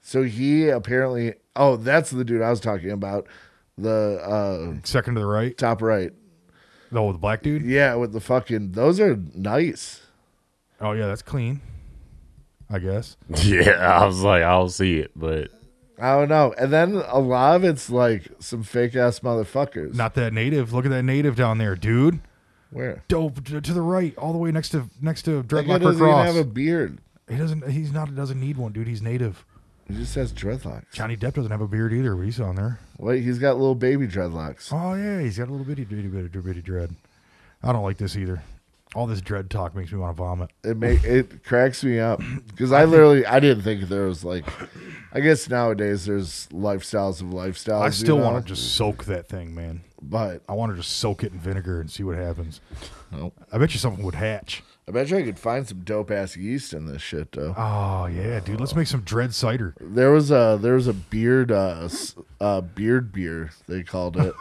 Speaker 3: so he apparently oh, that's the dude I was talking about. The uh
Speaker 4: Second to the right.
Speaker 3: top right.
Speaker 4: Oh, the black dude.
Speaker 3: Yeah, with the fucking those are nice.
Speaker 4: Oh yeah, that's clean. I guess.
Speaker 2: Yeah, I was like, I don't see it, but
Speaker 3: I don't know. And then a lot of it's like some fake ass motherfuckers.
Speaker 4: Not that native. Look at that native down there, dude.
Speaker 3: where
Speaker 4: Dope to, to the right, all the way next to next to
Speaker 3: that guy
Speaker 4: Dreadlock
Speaker 3: doesn't even
Speaker 4: Cross.
Speaker 3: have a beard.
Speaker 4: he doesn't. He's not. Doesn't need one, dude. He's native.
Speaker 3: He just has dreadlocks.
Speaker 4: Johnny Depp doesn't have a beard either, but he's on there.
Speaker 3: Wait, he's got little baby dreadlocks.
Speaker 4: Oh yeah, he's got a little bitty bitty bitty bitty, bitty dread. I don't like this either. All this dread talk makes me want to vomit.
Speaker 3: It make it cracks me
Speaker 4: <laughs>
Speaker 3: up because I literally I didn't think there was like, I guess nowadays there's lifestyles of lifestyles.
Speaker 4: I
Speaker 3: you
Speaker 4: still
Speaker 3: know?
Speaker 4: want to just soak that thing, man.
Speaker 3: but
Speaker 4: I want to just soak it in vinegar and see what happens.
Speaker 3: Nope.
Speaker 4: I bet you something would hatch.
Speaker 3: I bet you I could find some dope ass yeast in this shit though.
Speaker 4: Oh yeah, dude. Let's make some dread cider.
Speaker 3: There was a there was a beard uh, s- uh beard beer they called
Speaker 4: <laughs>
Speaker 3: it,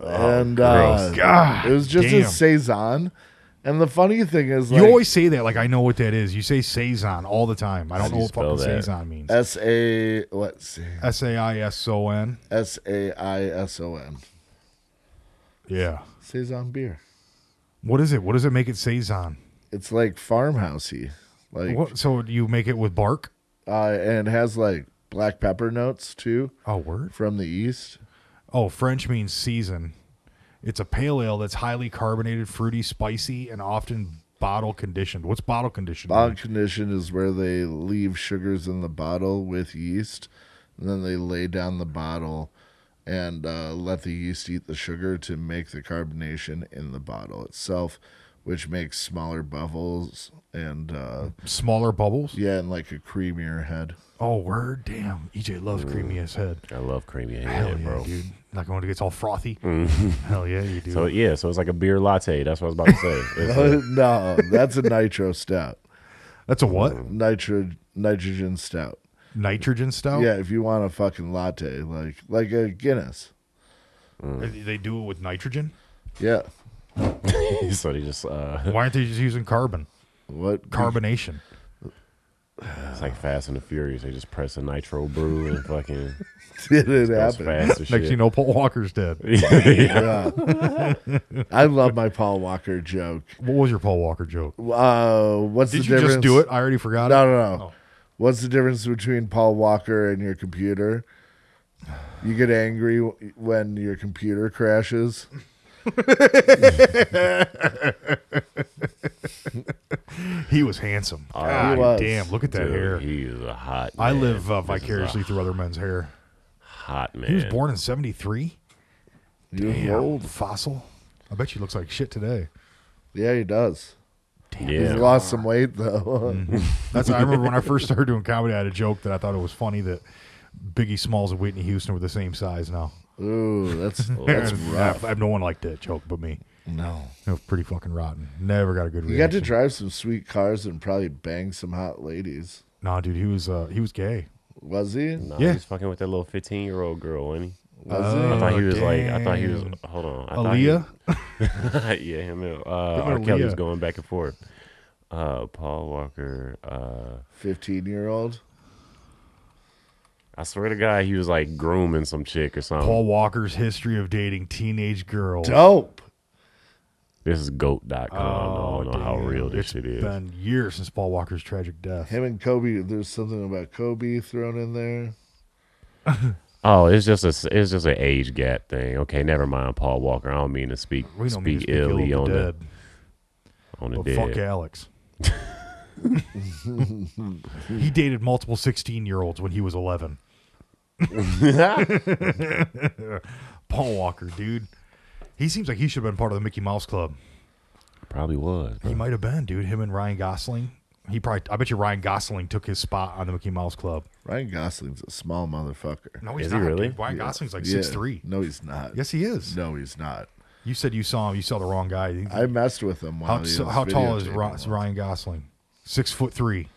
Speaker 3: and uh,
Speaker 4: God,
Speaker 3: it was just a
Speaker 4: damn.
Speaker 3: saison. And the funny thing is,
Speaker 4: You
Speaker 3: like,
Speaker 4: always say that like I know what that is. You say saison all the time. I don't
Speaker 2: do
Speaker 4: know
Speaker 2: you
Speaker 4: what fucking
Speaker 2: spell that?
Speaker 4: saison means.
Speaker 3: S A let's see
Speaker 4: S a i s o n.
Speaker 3: S A I S O N
Speaker 4: Yeah.
Speaker 3: saison beer.
Speaker 4: What is it? What does it make it saison?
Speaker 3: It's like farmhousey, like
Speaker 4: What, so you make it with bark?
Speaker 3: uh, and it has like black pepper notes too
Speaker 4: Oh, word.
Speaker 3: from the east.
Speaker 4: Oh, French means season. It's a pale ale that's highly carbonated, fruity, spicy, and often bottle conditioned. What's bottle conditioned?
Speaker 3: Bog
Speaker 4: mean?
Speaker 3: condition is where they leave sugars in the bottle with yeast, and then they lay down the bottle and uh, let the yeast eat the sugar to make the carbonation in the bottle itself, which makes smaller bubbles and uh,
Speaker 4: Smaller bubbles?
Speaker 3: yeah, and like a creamier head. <laughs>
Speaker 4: Oh, word. Damn. EJ loves creamy as head.
Speaker 2: I love creamy head,
Speaker 4: Hell yeah,
Speaker 2: bro.
Speaker 4: dude. Like when it gets all frothy. Hell yeah, you do.
Speaker 2: So yeah, so it's like a beer latte. That's what I was about to
Speaker 4: <laughs>
Speaker 2: say. It's a-
Speaker 3: no, that's a nitro stout,
Speaker 4: That's a what?
Speaker 3: mm. nitro nitrogen stout.
Speaker 4: Nitrogen stout?
Speaker 3: Yeah, if you want a fucking latte, like like a Guinness.
Speaker 4: They- They do it with nitrogen?
Speaker 3: Yeah,
Speaker 2: <laughs> so they just uh,
Speaker 4: Why aren't they just using carbon?
Speaker 3: what <laughs>
Speaker 4: Carbonation.
Speaker 2: it's like Fast and the Furious. They just press a nitro brew
Speaker 4: <laughs>
Speaker 2: and fucking
Speaker 3: did
Speaker 2: goes
Speaker 3: it happen?
Speaker 2: fast as
Speaker 4: Next
Speaker 2: shit.
Speaker 4: thing you know, Paul Walker's dead.
Speaker 2: yeah.
Speaker 3: I love my Paul Walker joke.
Speaker 4: What was your Paul Walker joke?
Speaker 3: Uh, what's
Speaker 4: Did
Speaker 3: the
Speaker 4: you
Speaker 3: difference?
Speaker 4: just do it? I already forgot
Speaker 3: No,
Speaker 4: it. Oh.
Speaker 3: no, no. What's the difference between Paul Walker and your computer? You get angry w- when your computer crashes.
Speaker 4: He was handsome.
Speaker 3: he
Speaker 4: God
Speaker 3: was.
Speaker 4: damn, look at that
Speaker 2: Dude,
Speaker 4: hair.
Speaker 2: He is a hot.
Speaker 4: I
Speaker 2: man.
Speaker 4: live uh,
Speaker 2: This is a
Speaker 4: vicariously through other men's hair.
Speaker 2: hot man.
Speaker 4: He was born in 73.
Speaker 3: You
Speaker 4: Old fossil. I bet you looks like shit today.
Speaker 3: Yeah, he does. He's
Speaker 2: Yeah.
Speaker 3: lost some weight though.
Speaker 4: That's I remember when
Speaker 2: <laughs>
Speaker 4: I first started doing comedy, I had a joke that I thought it was funny that Biggie Smalls and Whitney Houston were the same size now.
Speaker 3: <laughs> Ooh, that's
Speaker 4: <laughs>
Speaker 3: that's rough.
Speaker 4: I, have no one liked that joke but me.
Speaker 3: No,
Speaker 4: It was pretty fucking rotten. Never got a good
Speaker 3: you got to
Speaker 4: reaction.
Speaker 3: drive some sweet cars and probably bang some hot ladies.
Speaker 4: nah, dude, he was uh, he was gay.
Speaker 3: Was he?
Speaker 2: Nah,
Speaker 4: Yeah.
Speaker 2: he's fucking with that little fifteen-year-old girl, wasn't he?
Speaker 3: Was
Speaker 2: I
Speaker 4: Oh,
Speaker 2: thought he was like. I thought he was.
Speaker 4: damn.
Speaker 2: Hold on. I thought he-
Speaker 4: Aaliyah.
Speaker 2: <laughs> yeah, him. and, Uh, R.
Speaker 4: Aaliyah.
Speaker 2: Kelly was going back and forth. Uh, Paul Walker. Uh,
Speaker 3: he? Fifteen year old.
Speaker 2: I swear to God, he was like grooming some chick or something.
Speaker 4: Paul Walker's history of dating teenage girls.
Speaker 3: Dope.
Speaker 2: This is goat.com. I don't know how
Speaker 4: Oh, damn.
Speaker 2: real this
Speaker 4: It's
Speaker 2: shit is.
Speaker 4: Been years since Paul Walker's tragic death.
Speaker 3: Him and Kobe. There's something about Kobe thrown in there.
Speaker 2: Oh, it's just a it's just an age gap thing. Okay, never mind, Paul Walker. I don't mean to speak
Speaker 4: We don't mean
Speaker 2: speak
Speaker 4: to speak ill of
Speaker 2: illy
Speaker 4: the
Speaker 2: on the
Speaker 4: dead,
Speaker 2: on the
Speaker 4: but fuck
Speaker 2: dead.
Speaker 4: Alex. he dated multiple sixteen-year-olds when he was eleven. Paul Walker, dude, he seems like he should have been part of the Mickey Mouse Club.
Speaker 2: <laughs> Probably was.
Speaker 4: He
Speaker 2: bro.
Speaker 4: might have been, dude. Him and Ryan Gosling. He probably. I bet you Ryan Gosling took his spot on the Mickey Mouse Club.
Speaker 3: Ryan Gosling's a small motherfucker.
Speaker 4: No, he's
Speaker 2: Is he
Speaker 4: not.
Speaker 2: really?
Speaker 4: dude. Ryan Gosling's like
Speaker 3: Yeah.
Speaker 4: six three.
Speaker 3: No, he's not.
Speaker 4: Yes, he is.
Speaker 3: No, he's not.
Speaker 4: You said you saw him. You saw the wrong guy. He-
Speaker 3: I messed with him while
Speaker 4: How,
Speaker 3: he
Speaker 4: so,
Speaker 3: was
Speaker 4: how tall is
Speaker 3: videotaping
Speaker 4: Ro-
Speaker 3: one.
Speaker 4: Ryan Gosling? Six foot three.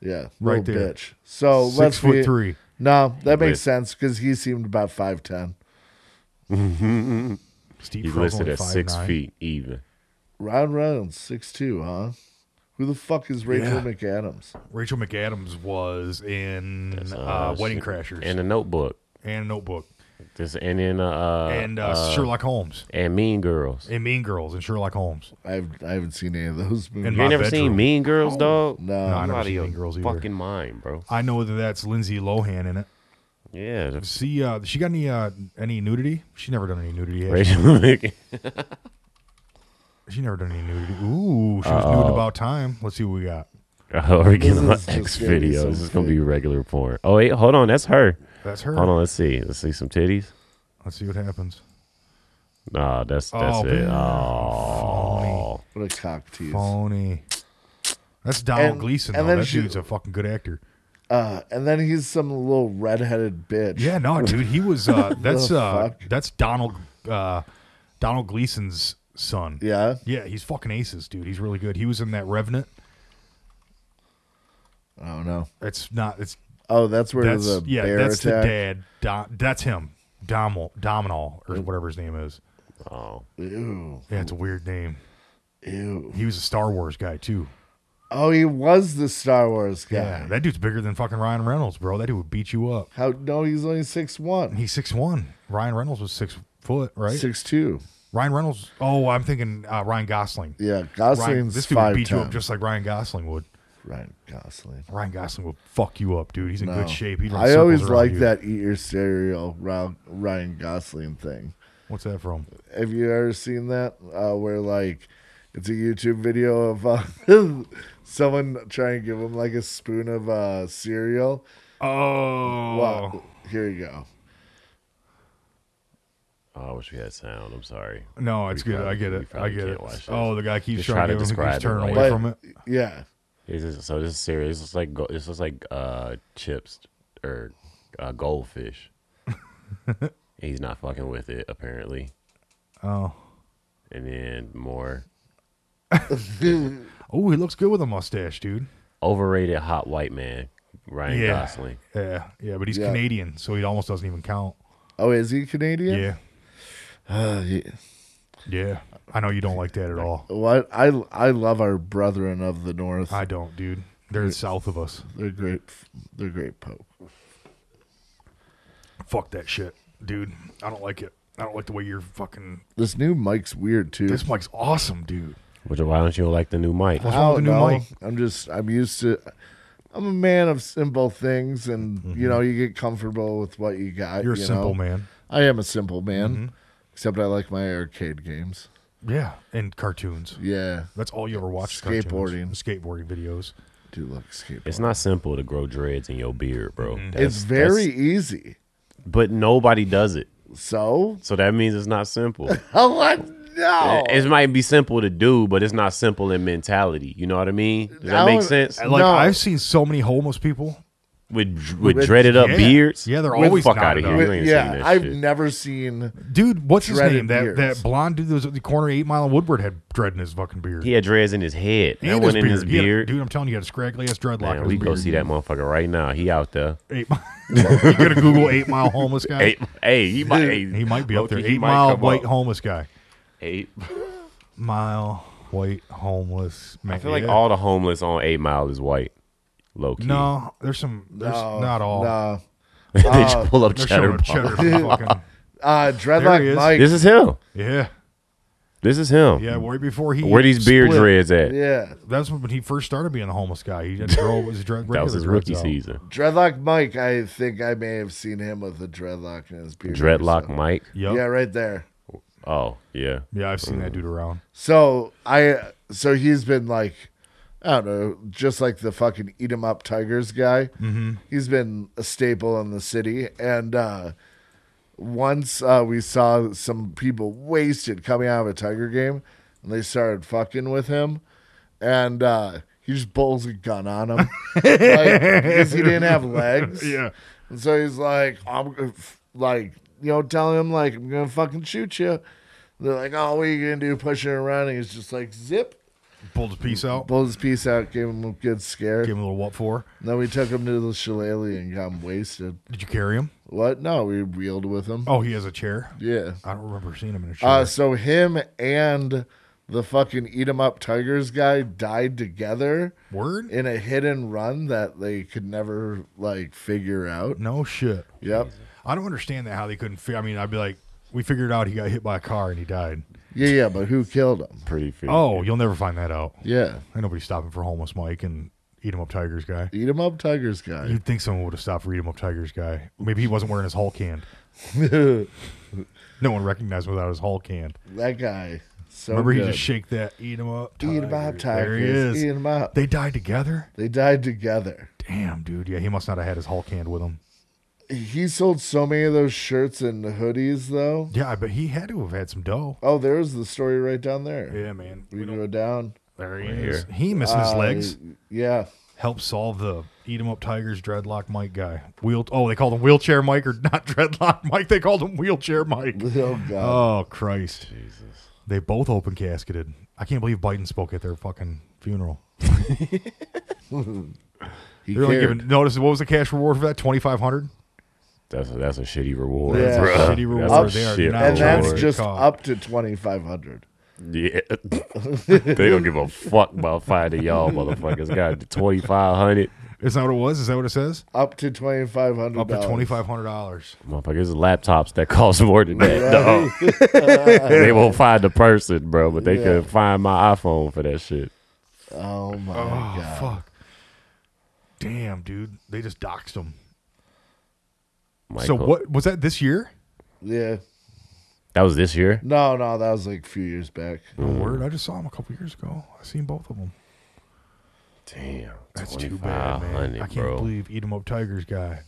Speaker 3: Yeah,
Speaker 4: Right
Speaker 3: right
Speaker 4: there.
Speaker 3: bitch. So
Speaker 4: Six
Speaker 3: Oh, let's
Speaker 4: foot
Speaker 3: be-
Speaker 4: three.
Speaker 3: No, that
Speaker 2: Wait.
Speaker 3: makes sense because he seemed about five ten.
Speaker 4: Steve
Speaker 2: He's
Speaker 4: Carell's
Speaker 2: listed
Speaker 4: only
Speaker 2: at six
Speaker 4: 5'9".
Speaker 2: feet even.
Speaker 3: Ryan Reynolds, six two, huh? Who the fuck is Rachel
Speaker 4: Yeah.
Speaker 3: McAdams?
Speaker 4: Rachel McAdams was in uh, Wedding
Speaker 2: shit.
Speaker 4: Crashers
Speaker 2: and
Speaker 4: and,
Speaker 2: the Notebook.
Speaker 4: Notebook
Speaker 2: This and then uh
Speaker 4: and uh,
Speaker 2: uh,
Speaker 4: Sherlock Holmes
Speaker 2: and Mean Girls.
Speaker 4: and Mean Girls and Sherlock Holmes.
Speaker 3: I've I haven't seen any of those movies.
Speaker 2: You
Speaker 4: my
Speaker 2: ain't never
Speaker 4: bedroom.
Speaker 2: seen Mean Girls, dog?
Speaker 3: Oh, no,
Speaker 4: I
Speaker 2: I'm
Speaker 4: never
Speaker 2: out of
Speaker 4: seen
Speaker 2: your
Speaker 4: Mean Girls either.
Speaker 2: uh, fucking mind, bro.
Speaker 4: I know that that's Lindsay Lohan in it.
Speaker 2: Yeah, that's
Speaker 4: See, uh, she got any uh, any nudity? She never done any nudity.
Speaker 2: <laughs>
Speaker 4: has
Speaker 2: Rachel Mc-
Speaker 4: She? she never done any nudity. Ooh, she was nude about time. Let's see what we got.
Speaker 2: Oh, we're getting
Speaker 3: This
Speaker 2: on
Speaker 3: is
Speaker 2: X
Speaker 3: just gonna be
Speaker 2: videos.
Speaker 3: so
Speaker 2: It's gonna be
Speaker 3: sick.
Speaker 2: regular porn. Oh wait, hold on, that's her.
Speaker 4: That's her.
Speaker 2: Hold on, let's see. Let's see some titties.
Speaker 4: Let's see what happens.
Speaker 2: Nah, that's that's
Speaker 4: Oh,
Speaker 2: it.
Speaker 4: man.
Speaker 2: Oh,
Speaker 3: What a cock tease.
Speaker 4: Phony. That's Donald
Speaker 3: And-
Speaker 4: Gleason.
Speaker 3: and
Speaker 4: though.
Speaker 3: then
Speaker 4: That
Speaker 3: she-
Speaker 4: dude's a fucking good actor.
Speaker 3: Uh, and then he's some little redheaded bitch.
Speaker 4: Yeah, no, dude, he
Speaker 3: <laughs>
Speaker 4: was. Uh, that's
Speaker 3: The
Speaker 4: uh,
Speaker 3: fuck?
Speaker 4: that's Donald uh, Donald Gleason's son.
Speaker 3: Yeah.
Speaker 4: yeah, he's fucking aces, dude. He's really good. He was in that Revenant.
Speaker 3: Oh no.
Speaker 4: It's not. It's
Speaker 3: Oh, that's where
Speaker 4: that's
Speaker 3: the
Speaker 4: yeah.
Speaker 3: bear
Speaker 4: That's
Speaker 3: attack.
Speaker 4: the dad. Don, that's him. Domal Dominal or whatever his name is.
Speaker 2: oh,
Speaker 3: Ew.
Speaker 4: Yeah, it's a weird name.
Speaker 3: Ew.
Speaker 4: He was a Star Wars guy too.
Speaker 3: Oh, he was the Star Wars guy.
Speaker 4: Yeah, that dude's bigger than fucking Ryan Reynolds, bro. That dude would beat you up.
Speaker 3: How? No, he's only six one,
Speaker 4: He's six one. Ryan Reynolds was six foot, right?
Speaker 3: six two.
Speaker 4: Ryan Reynolds. Oh, I'm thinking uh, Ryan Gosling.
Speaker 3: Yeah,
Speaker 4: Ryan,
Speaker 3: Gosling's
Speaker 4: this dude would
Speaker 3: five
Speaker 4: beat you up
Speaker 3: ten.
Speaker 4: just like Ryan Gosling would.
Speaker 3: Ryan Gosling.
Speaker 4: Ryan Gosling will fuck you up, dude. He's in
Speaker 3: No.
Speaker 4: good shape. He'd run
Speaker 3: I always
Speaker 4: circles around
Speaker 3: like
Speaker 4: you.
Speaker 3: that eat your cereal Ra- Ryan Gosling thing.
Speaker 4: What's that from?
Speaker 3: Have you ever seen that? Uh, where like it's a YouTube video of uh, <laughs> someone trying to give him like a spoon of uh, cereal.
Speaker 4: Oh,
Speaker 3: Well, here you go.
Speaker 2: oh, I wish we had sound. I'm sorry.
Speaker 4: no, it's
Speaker 2: We
Speaker 4: good. I
Speaker 2: probably-
Speaker 4: get
Speaker 2: we
Speaker 4: it. I
Speaker 2: probably
Speaker 4: get
Speaker 2: can't
Speaker 4: it.
Speaker 2: watch this.
Speaker 4: Oh, the guy keeps
Speaker 2: Just try
Speaker 4: trying
Speaker 2: to
Speaker 4: to give him.
Speaker 2: describe
Speaker 4: He's
Speaker 2: it,
Speaker 4: turning
Speaker 2: like-
Speaker 4: away
Speaker 3: But-
Speaker 4: from it.
Speaker 3: Yeah,
Speaker 2: This is, so this is serious. This is like go- this is like uh, chips or uh,
Speaker 4: <laughs>
Speaker 2: goldfish. He's not fucking with it apparently.
Speaker 4: Oh,
Speaker 2: And then more
Speaker 4: oh, he looks good with a mustache, dude.
Speaker 2: overrated hot white man Ryan
Speaker 4: yeah,
Speaker 2: Gosling.
Speaker 4: yeah, yeah. But he's
Speaker 3: Yeah.
Speaker 4: Canadian, so he almost doesn't even count.
Speaker 3: Oh, is he Canadian?
Speaker 4: Yeah,
Speaker 3: <sighs> Uh, yeah.
Speaker 4: yeah. I know you don't like that at all.
Speaker 3: What I I love our brethren of the north.
Speaker 4: I don't, dude. They're south of us.
Speaker 3: They're great. They're great pope.
Speaker 4: Fuck that shit, dude. I don't like it. I don't like the way you're fucking.
Speaker 3: This new mic's weird too.
Speaker 4: This mic's awesome, dude.
Speaker 2: Which why don't you like the new mic?
Speaker 4: What's
Speaker 3: I
Speaker 4: wrong with the new
Speaker 3: don't know.
Speaker 4: mic?
Speaker 3: I'm just I'm used to. I'm a man of simple things, and you know you get comfortable with what you got.
Speaker 4: Mm-hmm. You're a
Speaker 3: you
Speaker 4: simple
Speaker 3: know?
Speaker 4: man. Mm-hmm.
Speaker 3: I am a simple man, except I like my arcade games.
Speaker 4: Yeah, and cartoons.
Speaker 3: Yeah,
Speaker 4: That's all you ever watch. cartoons.
Speaker 3: Skateboarding.
Speaker 4: skateboarding videos.
Speaker 3: I do like skateboarding.
Speaker 2: It's not simple to grow dreads in your beard, bro.
Speaker 4: Mm-hmm.
Speaker 2: That's-
Speaker 3: It's very
Speaker 2: that's-
Speaker 3: easy.
Speaker 2: but nobody does it.
Speaker 3: So <laughs>
Speaker 2: So that means it's not simple.
Speaker 3: oh, what? No,
Speaker 2: It, it might be simple to do, but it's not simple in mentality. You know what I mean? Does that
Speaker 3: I
Speaker 2: make
Speaker 3: don't-
Speaker 2: sense?
Speaker 4: Like
Speaker 3: No.
Speaker 4: I've seen so many homeless people.
Speaker 2: With dr- with
Speaker 3: With-
Speaker 2: dreaded up
Speaker 4: yeah.
Speaker 2: beards?
Speaker 4: Yeah, they're
Speaker 2: Get the
Speaker 4: always
Speaker 2: fuck
Speaker 4: knotted
Speaker 2: out of here.
Speaker 4: up.
Speaker 2: You ain't
Speaker 3: yeah,
Speaker 2: seen that
Speaker 3: I've
Speaker 2: shit.
Speaker 3: never seen.
Speaker 4: Dude, what's his
Speaker 3: Dreaded
Speaker 4: name? That
Speaker 3: beards.
Speaker 4: that blonde dude that was at the corner of Eight Mile and Woodward had dread in his fucking beard.
Speaker 2: He had dreads in his head.
Speaker 4: And
Speaker 2: that wasn't in his
Speaker 4: He had a-
Speaker 2: beard.
Speaker 4: dude, I'm telling you, he had a scraggly ass dreadlock. in
Speaker 2: Man,
Speaker 4: his
Speaker 2: we go
Speaker 4: beard,
Speaker 2: see
Speaker 4: dude.
Speaker 2: that motherfucker right now. He out there.
Speaker 4: Eight Mile. <laughs> you gonna Google Eight Mile homeless guy?
Speaker 2: Hey, hey, he might. hey,
Speaker 4: He might be up
Speaker 2: low-key,
Speaker 4: there.
Speaker 2: he
Speaker 4: Eight
Speaker 2: might
Speaker 4: Mile
Speaker 2: come
Speaker 4: white
Speaker 2: up.
Speaker 4: homeless guy.
Speaker 2: Eight.
Speaker 4: Mile white homeless man.
Speaker 2: I feel like
Speaker 4: Yeah.
Speaker 2: all the homeless on Eight Mile is white. Low key.
Speaker 4: No, there's some. There's
Speaker 3: No,
Speaker 4: not all.
Speaker 3: No.
Speaker 2: <laughs> they just pull up
Speaker 4: There's
Speaker 2: cheddar.
Speaker 4: some
Speaker 2: Pop.
Speaker 4: cheddar. fucking,
Speaker 3: Uh,
Speaker 4: he
Speaker 3: dreadlock
Speaker 4: is.
Speaker 3: Mike.
Speaker 2: This is him.
Speaker 4: yeah.
Speaker 2: This is him.
Speaker 4: Yeah, way before he
Speaker 2: Where these beard
Speaker 4: split,
Speaker 2: dreads at?
Speaker 3: yeah,
Speaker 4: That's when he first started being a homeless guy. He had to grow was a
Speaker 2: <laughs>
Speaker 4: drug,
Speaker 2: That was his rookie season.
Speaker 3: dreadlock Mike. I think I may have seen him with a dreadlock in his beard. or
Speaker 2: Dreadlock
Speaker 3: something.
Speaker 2: Mike.
Speaker 4: Yep.
Speaker 3: Yeah,
Speaker 4: Yeah,
Speaker 3: right there.
Speaker 2: Oh yeah.
Speaker 4: I've seen that dude around.
Speaker 3: So I so he's been like I don't know, just like the fucking eat 'em up tigers guy. Mm-hmm. He's been a staple in the city, and uh, once uh, we saw some people wasted coming out of a tiger game, and they started fucking with him, and uh, he just pulls a gun on him like, because he didn't have legs.
Speaker 4: <laughs> Yeah.
Speaker 3: And so he's like, I'm gonna f- like, you know, telling him like I'm gonna fucking shoot you. They're like, oh, what are you gonna do? Pushing around, and he's just like, zip,
Speaker 4: Pulled his piece out.
Speaker 3: pulled his piece out, gave him a good scare.
Speaker 4: Gave him a little what for?
Speaker 3: then we took him to the shillelagh and got him wasted.
Speaker 4: Did you carry him?
Speaker 3: What? No, we reeled with him.
Speaker 4: Oh, he has a chair.
Speaker 3: Yeah.
Speaker 4: I don't remember seeing him in a chair.
Speaker 3: Uh, so him and the fucking eat 'em up tigers guy died together
Speaker 4: Word?
Speaker 3: in a hit and run that they could never like figure out.
Speaker 4: no shit.
Speaker 3: Yep.
Speaker 4: I don't understand that how they couldn't. Fi- I mean, I'd be like, we figured out he got hit by a car and he died.
Speaker 3: Yeah, yeah, but who killed him?
Speaker 2: Pretty fair.
Speaker 4: Oh, you'll never find that out.
Speaker 3: Yeah.
Speaker 4: Ain't nobody stopping for homeless Mike and eat him up Tigers guy.
Speaker 3: Eat 'em up tigers guy.
Speaker 4: You'd think someone would have stopped for eat him up Tigers guy. Maybe he wasn't wearing
Speaker 3: <laughs>
Speaker 4: his Hulk hand. no one recognized him without his Hulk hand.
Speaker 3: That guy So
Speaker 4: Remember,
Speaker 3: good.
Speaker 4: he just shake that, eat him up.
Speaker 3: Eat 'em up,
Speaker 4: There he
Speaker 3: tigers,
Speaker 4: is.
Speaker 3: eat 'em up.
Speaker 4: They died together.
Speaker 3: They died together.
Speaker 4: Damn, dude. Yeah, he must not have had his Hulk hand with him.
Speaker 3: He sold so many of those shirts and hoodies, though.
Speaker 4: Yeah, but he had to have had some dough.
Speaker 3: Oh, there's the story right down there.
Speaker 4: Yeah, man.
Speaker 3: We can go down.
Speaker 4: There he
Speaker 2: Right
Speaker 4: is.
Speaker 2: here.
Speaker 4: He missing his
Speaker 3: Uh,
Speaker 4: legs.
Speaker 3: Yeah. <laughs>
Speaker 4: Help solve the eat 'em up tigers dreadlock Mike guy. Wheel. Oh, they called him wheelchair Mike or <laughs> not dreadlock Mike. They called him wheelchair Mike.
Speaker 3: Oh God.
Speaker 4: Oh Christ! They both open casketed. I can't believe Biden spoke at their fucking funeral.
Speaker 3: he
Speaker 4: Oh, They're only
Speaker 3: cared.
Speaker 4: giving notice. What was the cash reward for that? Twenty five hundred.
Speaker 2: That's a, that's a shitty reward.
Speaker 3: Yeah. That's a
Speaker 2: bruh.
Speaker 4: shitty
Speaker 2: That's
Speaker 4: reward.
Speaker 2: a
Speaker 4: They are
Speaker 2: shit
Speaker 4: not-
Speaker 3: and that's
Speaker 2: reward.
Speaker 3: just
Speaker 4: God.
Speaker 3: up to twenty five hundred.
Speaker 2: Yeah. <laughs> they don't give a fuck about finding y'all motherfuckers. Got the 2500
Speaker 4: Is that what it was? Is that what it says?
Speaker 3: Up to twenty five hundred.
Speaker 4: Up to twenty five hundred dollars.
Speaker 2: Motherfuckers, laptops that <laughs> cost more than that.
Speaker 3: <laughs>
Speaker 2: dog. they won't find the person, bro, but they
Speaker 3: Yeah.
Speaker 2: could find my iPhone for that shit.
Speaker 3: Oh my
Speaker 4: Oh
Speaker 3: God.
Speaker 4: fuck! Damn, dude, they just doxed him.
Speaker 2: Michael.
Speaker 4: So what was that this year?
Speaker 3: Yeah.
Speaker 2: That was this year.
Speaker 3: No, no, that was like a few years back.
Speaker 4: Oh, word, I just saw him a couple years ago. I seen both of them.
Speaker 2: Damn,
Speaker 4: That's too bad, man.
Speaker 2: 2500,
Speaker 4: I can't
Speaker 2: bro.
Speaker 4: believe Eat 'em Up Tigers guy,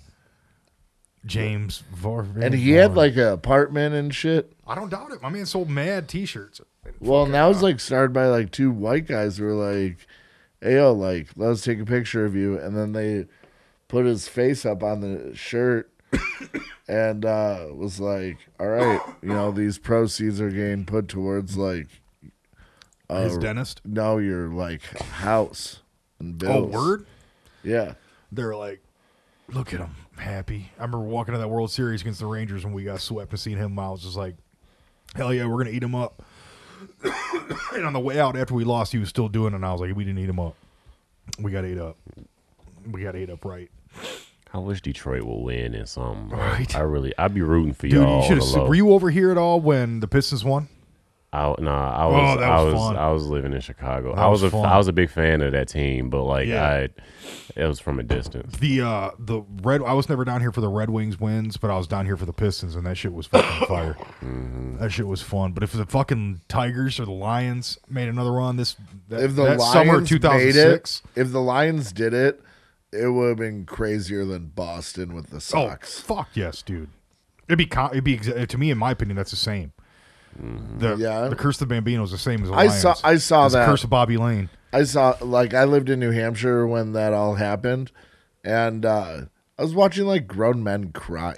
Speaker 4: James Varvan.
Speaker 3: And he had like an apartment and shit.
Speaker 4: I don't doubt it. My man sold mad T-shirts.
Speaker 3: Well, and that was like started by like two white guys who were like, "Hey, yo, like, let's take a picture of you," and then they put his face up on the shirt <coughs> and uh, was like, "All right, you know, these proceeds are getting put towards like,
Speaker 4: His dentist.
Speaker 3: no, your like house and
Speaker 4: Oh,
Speaker 3: bills."
Speaker 4: word.
Speaker 3: Yeah.
Speaker 4: They're like, look at him, happy. I remember walking to that World Series against the Rangers when we got swept and seeing him. I was just like, hell yeah, we're gonna eat him up. <coughs> and on the way out after we lost, he was still doing it. And I was like, we didn't eat him up. We got ate up. We got ate up right.
Speaker 2: I wish Detroit would win in something. bro.
Speaker 4: Right.
Speaker 2: I really, I'd be rooting for
Speaker 4: Dude,
Speaker 2: y'all.
Speaker 4: you should
Speaker 2: on the
Speaker 4: have.
Speaker 2: low.
Speaker 4: Were you over here at all when the Pistons won?
Speaker 2: I, nah, I was,
Speaker 4: Oh, that
Speaker 2: I
Speaker 4: was
Speaker 2: was,
Speaker 4: fun.
Speaker 2: I was living in Chicago.
Speaker 4: That
Speaker 2: I was,
Speaker 4: was
Speaker 2: a,
Speaker 4: fun.
Speaker 2: I was a big fan of that team, but like
Speaker 4: Yeah.
Speaker 2: I, it was from a distance.
Speaker 4: The uh the red. I was never down here for the Red Wings wins, but I was down here for the Pistons, and that shit
Speaker 3: <coughs>
Speaker 4: was fucking fire.
Speaker 3: Mm-hmm.
Speaker 4: That shit was fun. But if the fucking Tigers or the Lions made another run this that,
Speaker 3: If the
Speaker 4: that
Speaker 3: Lions
Speaker 4: summer two thousand
Speaker 3: made it,
Speaker 4: six.
Speaker 3: if the Lions did it, it would have been crazier than Boston with the
Speaker 4: Oh
Speaker 3: Sox.
Speaker 4: fuck yes, dude. It'd be co- it'd be exa- to me in my opinion that's the same. The
Speaker 3: Mm-hmm. Yeah.
Speaker 4: the curse of the Bambino is the same as the
Speaker 3: I
Speaker 4: Lions.
Speaker 3: saw- I saw
Speaker 4: It's the
Speaker 3: that.
Speaker 4: curse of Bobby Lane.
Speaker 3: I saw like I lived in New Hampshire when that all happened, and uh, I was watching like grown men cry.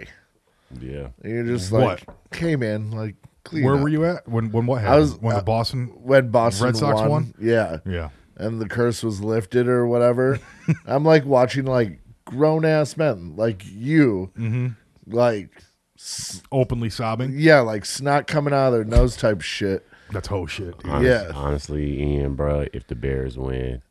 Speaker 2: Yeah.
Speaker 3: And you're just
Speaker 4: What?
Speaker 3: like, "Hey man, like clean
Speaker 4: Where
Speaker 3: up."
Speaker 4: were you at when when what happened?
Speaker 3: was-
Speaker 4: when
Speaker 3: uh,
Speaker 4: the Boston
Speaker 3: when Boston
Speaker 4: Red Sox won?
Speaker 3: Yeah,
Speaker 4: yeah.
Speaker 3: and the curse was lifted or
Speaker 4: <laughs>
Speaker 3: whatever. I'm like watching like grown ass men like you,
Speaker 4: Mm-hmm.
Speaker 3: like s-
Speaker 4: Openly sobbing.
Speaker 3: yeah, like snot coming out of their nose type shit.
Speaker 4: That's whole shit. Dude.
Speaker 2: Honest,
Speaker 3: Yeah.
Speaker 2: Honestly, Ian, bro, if the Bears win,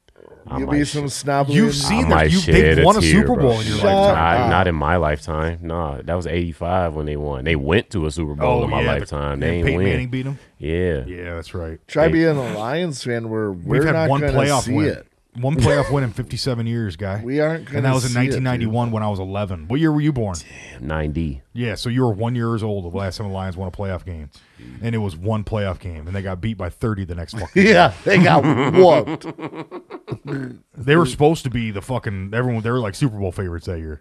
Speaker 2: I
Speaker 3: You'll
Speaker 2: might
Speaker 3: be
Speaker 2: sh-
Speaker 3: some snob.
Speaker 4: You've seen
Speaker 2: I
Speaker 4: them.
Speaker 2: might
Speaker 4: You-
Speaker 2: shed
Speaker 4: they've won a
Speaker 2: tear,
Speaker 4: Super
Speaker 2: bro.
Speaker 4: Bowl in your
Speaker 2: Shut
Speaker 4: lifetime.
Speaker 2: Not, not in my lifetime. Nah, that was '85 when they won. They went to a Super Bowl in my
Speaker 4: Oh, yeah, the-
Speaker 2: lifetime.
Speaker 4: yeah,
Speaker 2: They ain't
Speaker 4: Peyton
Speaker 2: win.
Speaker 4: Manning beat him.
Speaker 2: Yeah.
Speaker 4: Yeah, that's right.
Speaker 3: Try being a Lions fan where we're
Speaker 4: We've had
Speaker 3: not
Speaker 4: one
Speaker 3: going to
Speaker 4: playoff
Speaker 3: see
Speaker 4: win.
Speaker 3: it. <laughs>
Speaker 4: One playoff win in 57 years, guy.
Speaker 3: We aren't
Speaker 4: And
Speaker 3: gonna
Speaker 4: that was in
Speaker 3: see it, dude.
Speaker 4: 1991 when I was 11. What year were you born?
Speaker 2: 9D.
Speaker 4: Yeah, so you were one years old the last time the Lions won a playoff game, and it was one playoff game, and they got beat by 30 the next
Speaker 3: <laughs>
Speaker 4: fucking.
Speaker 3: Yeah, they got whooped.
Speaker 4: <laughs> they were supposed to be the fucking everyone. They were like Super Bowl favorites that year,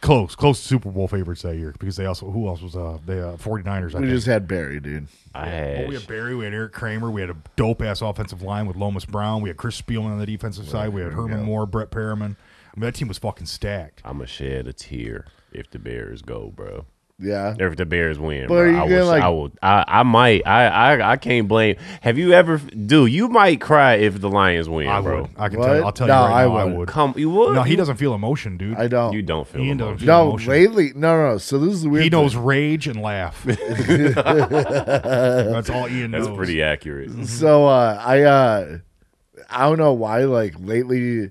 Speaker 4: close, close to Super Bowl favorites that year because they also who else was uh the uh, 49ers. I
Speaker 3: We
Speaker 4: think.
Speaker 3: just had Barry, dude.
Speaker 2: I had.
Speaker 4: Well, we had Barry, we had Eric Kramer, we had a dope ass offensive line with Lomas Brown, we had Chris Spielman on the defensive side, we had Herman Moore, Brett Perriman. I mean, that team was fucking stacked.
Speaker 2: I'm gonna shed a tear if the Bears go, bro.
Speaker 3: Yeah.
Speaker 2: If the Bears win,
Speaker 3: But are
Speaker 2: bro,
Speaker 3: you
Speaker 2: I,
Speaker 3: gonna,
Speaker 2: will,
Speaker 3: like-
Speaker 2: I will. I I might. I, I I can't blame. Have you ever, dude? You might cry if the Lions win,
Speaker 4: I
Speaker 2: bro.
Speaker 4: would, I can
Speaker 3: What?
Speaker 4: tell you, I'll tell
Speaker 3: No,
Speaker 4: you right
Speaker 3: I
Speaker 4: now, I
Speaker 3: wouldn't.
Speaker 4: would.
Speaker 2: Come, you would.
Speaker 4: No, he
Speaker 2: You-
Speaker 4: doesn't feel emotion, dude.
Speaker 3: I don't.
Speaker 2: You don't feel.
Speaker 4: Ian don't
Speaker 2: emotion.
Speaker 4: feel-
Speaker 3: No,
Speaker 4: emotion.
Speaker 3: lately, no, no. So this is the weird.
Speaker 4: He knows
Speaker 3: thing.
Speaker 4: rage
Speaker 3: <laughs>
Speaker 4: and laugh. That's all Ian knows.
Speaker 2: That's pretty
Speaker 4: <laughs>
Speaker 2: accurate.
Speaker 3: So uh, I, uh, I don't know why. Like lately,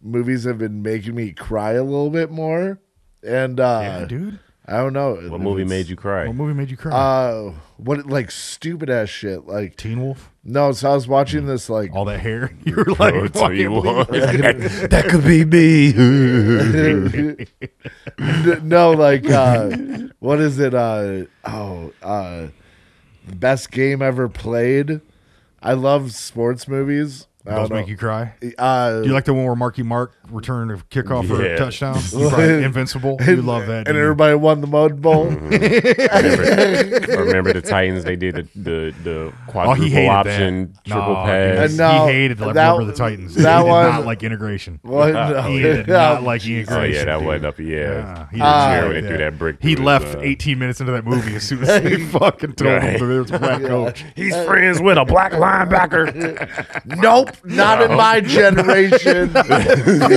Speaker 3: movies have been making me cry a little bit more, and uh,
Speaker 4: Yeah, dude.
Speaker 3: I don't know.
Speaker 2: What movie made you cry?
Speaker 4: What movie made you cry?
Speaker 3: Uh, what like stupid ass shit? Like
Speaker 4: Teen Wolf.
Speaker 3: no. So I was watching this like <laughs>
Speaker 4: All
Speaker 2: <laughs>
Speaker 4: that hair. <laughs> You were like,
Speaker 2: Oh,
Speaker 4: "Fucking
Speaker 2: Teen
Speaker 4: believe
Speaker 2: Wolf. <laughs>
Speaker 4: it."
Speaker 2: that could be me.
Speaker 3: N- no, like uh, what is it? Uh, oh, uh, best game ever played. I love sports movies. I
Speaker 4: Those
Speaker 3: don't
Speaker 4: make
Speaker 3: know.
Speaker 4: you cry.
Speaker 3: Uh,
Speaker 4: Do you like the one where Marky Mark returned a kickoff for
Speaker 2: Yeah.
Speaker 4: a touchdown?
Speaker 3: <laughs>
Speaker 4: You cried Invincible. You love
Speaker 3: and
Speaker 4: that. dude.
Speaker 3: everybody won the Mud Bowl.
Speaker 2: Remember, remember the Titans? They did the the, the quadruple
Speaker 4: Oh, hated that.
Speaker 2: option, triple
Speaker 4: Nah,
Speaker 2: pass.
Speaker 4: dude.
Speaker 3: And now-
Speaker 4: he hated the
Speaker 3: that-
Speaker 4: remember the Titans.
Speaker 3: that
Speaker 4: he did
Speaker 3: one-
Speaker 4: not like integration.
Speaker 2: <laughs>
Speaker 3: <laughs> What? No.
Speaker 4: He did not like integration.
Speaker 2: Oh yeah, that
Speaker 4: dude.
Speaker 2: wasn't up. Yeah,
Speaker 4: Yeah, he did
Speaker 2: Yeah,
Speaker 4: not
Speaker 2: when
Speaker 4: like
Speaker 2: they threw that brick.
Speaker 4: He
Speaker 2: through his,
Speaker 4: left
Speaker 2: uh,
Speaker 4: 18 minutes into that movie as
Speaker 3: <laughs>
Speaker 4: soon as they fucking told him
Speaker 2: Right.
Speaker 4: that there was a black coach.
Speaker 2: He's friends with a black linebacker.
Speaker 3: Nope, not in my generation. <laughs>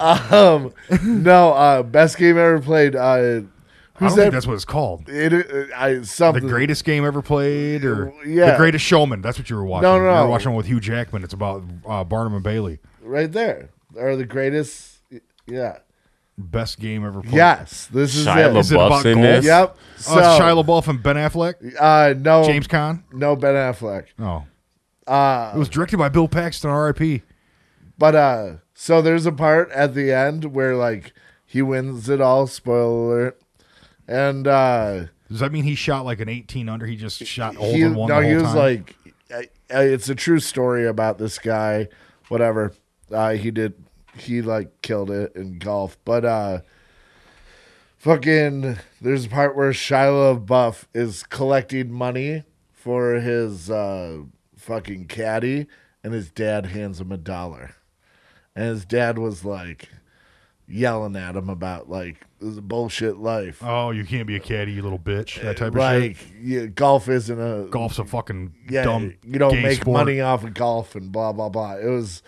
Speaker 3: um, no, uh, best game ever played. Uh,
Speaker 4: I
Speaker 3: who's
Speaker 4: don't think
Speaker 3: that?
Speaker 4: that's what it's called.
Speaker 3: It, it, I
Speaker 4: The
Speaker 3: something.
Speaker 4: greatest game ever played, or
Speaker 3: Yeah.
Speaker 4: the greatest showman. That's what you were watching.
Speaker 3: No,
Speaker 4: You
Speaker 3: no.
Speaker 4: were watching one with Hugh Jackman. It's about uh, Barnum and Bailey.
Speaker 3: right there are the greatest. Yeah.
Speaker 4: Best game ever played.
Speaker 3: Yes, this is
Speaker 2: Shia
Speaker 3: it.
Speaker 4: Is it about
Speaker 2: LaBeouf's in
Speaker 4: goals?
Speaker 2: this.
Speaker 3: Yep.
Speaker 4: Oh, it's
Speaker 3: So,
Speaker 4: Shia LaBeouf and Ben Affleck,
Speaker 3: uh, no,
Speaker 4: James Caan.
Speaker 3: no Ben Affleck.
Speaker 4: Oh,
Speaker 3: Uh,
Speaker 4: it was directed by Bill Paxton, R.I.P.
Speaker 3: But uh so there's a part at the end where like he wins it all, spoiler alert. And uh
Speaker 4: Does that mean he shot like an 18 under? He just shot old
Speaker 3: he
Speaker 4: and one
Speaker 3: no,
Speaker 4: the whole
Speaker 3: he was
Speaker 4: time?
Speaker 3: like I- I- it's a true story about this guy, whatever. Uh he did he like killed it in golf. But uh fucking there's a part where Shia Buff is collecting money for his uh fucking caddy and his dad hands him a dollar. And his dad was like yelling at him about like this is a bullshit life.
Speaker 4: oh, you can't be a caddy, you little bitch. That type of shit.
Speaker 3: like yeah, golf isn't a
Speaker 4: Golf's a fucking
Speaker 3: yeah,
Speaker 4: dumb.
Speaker 3: you don't
Speaker 4: gay
Speaker 3: make
Speaker 4: sport.
Speaker 3: money off of golf and blah blah blah. It was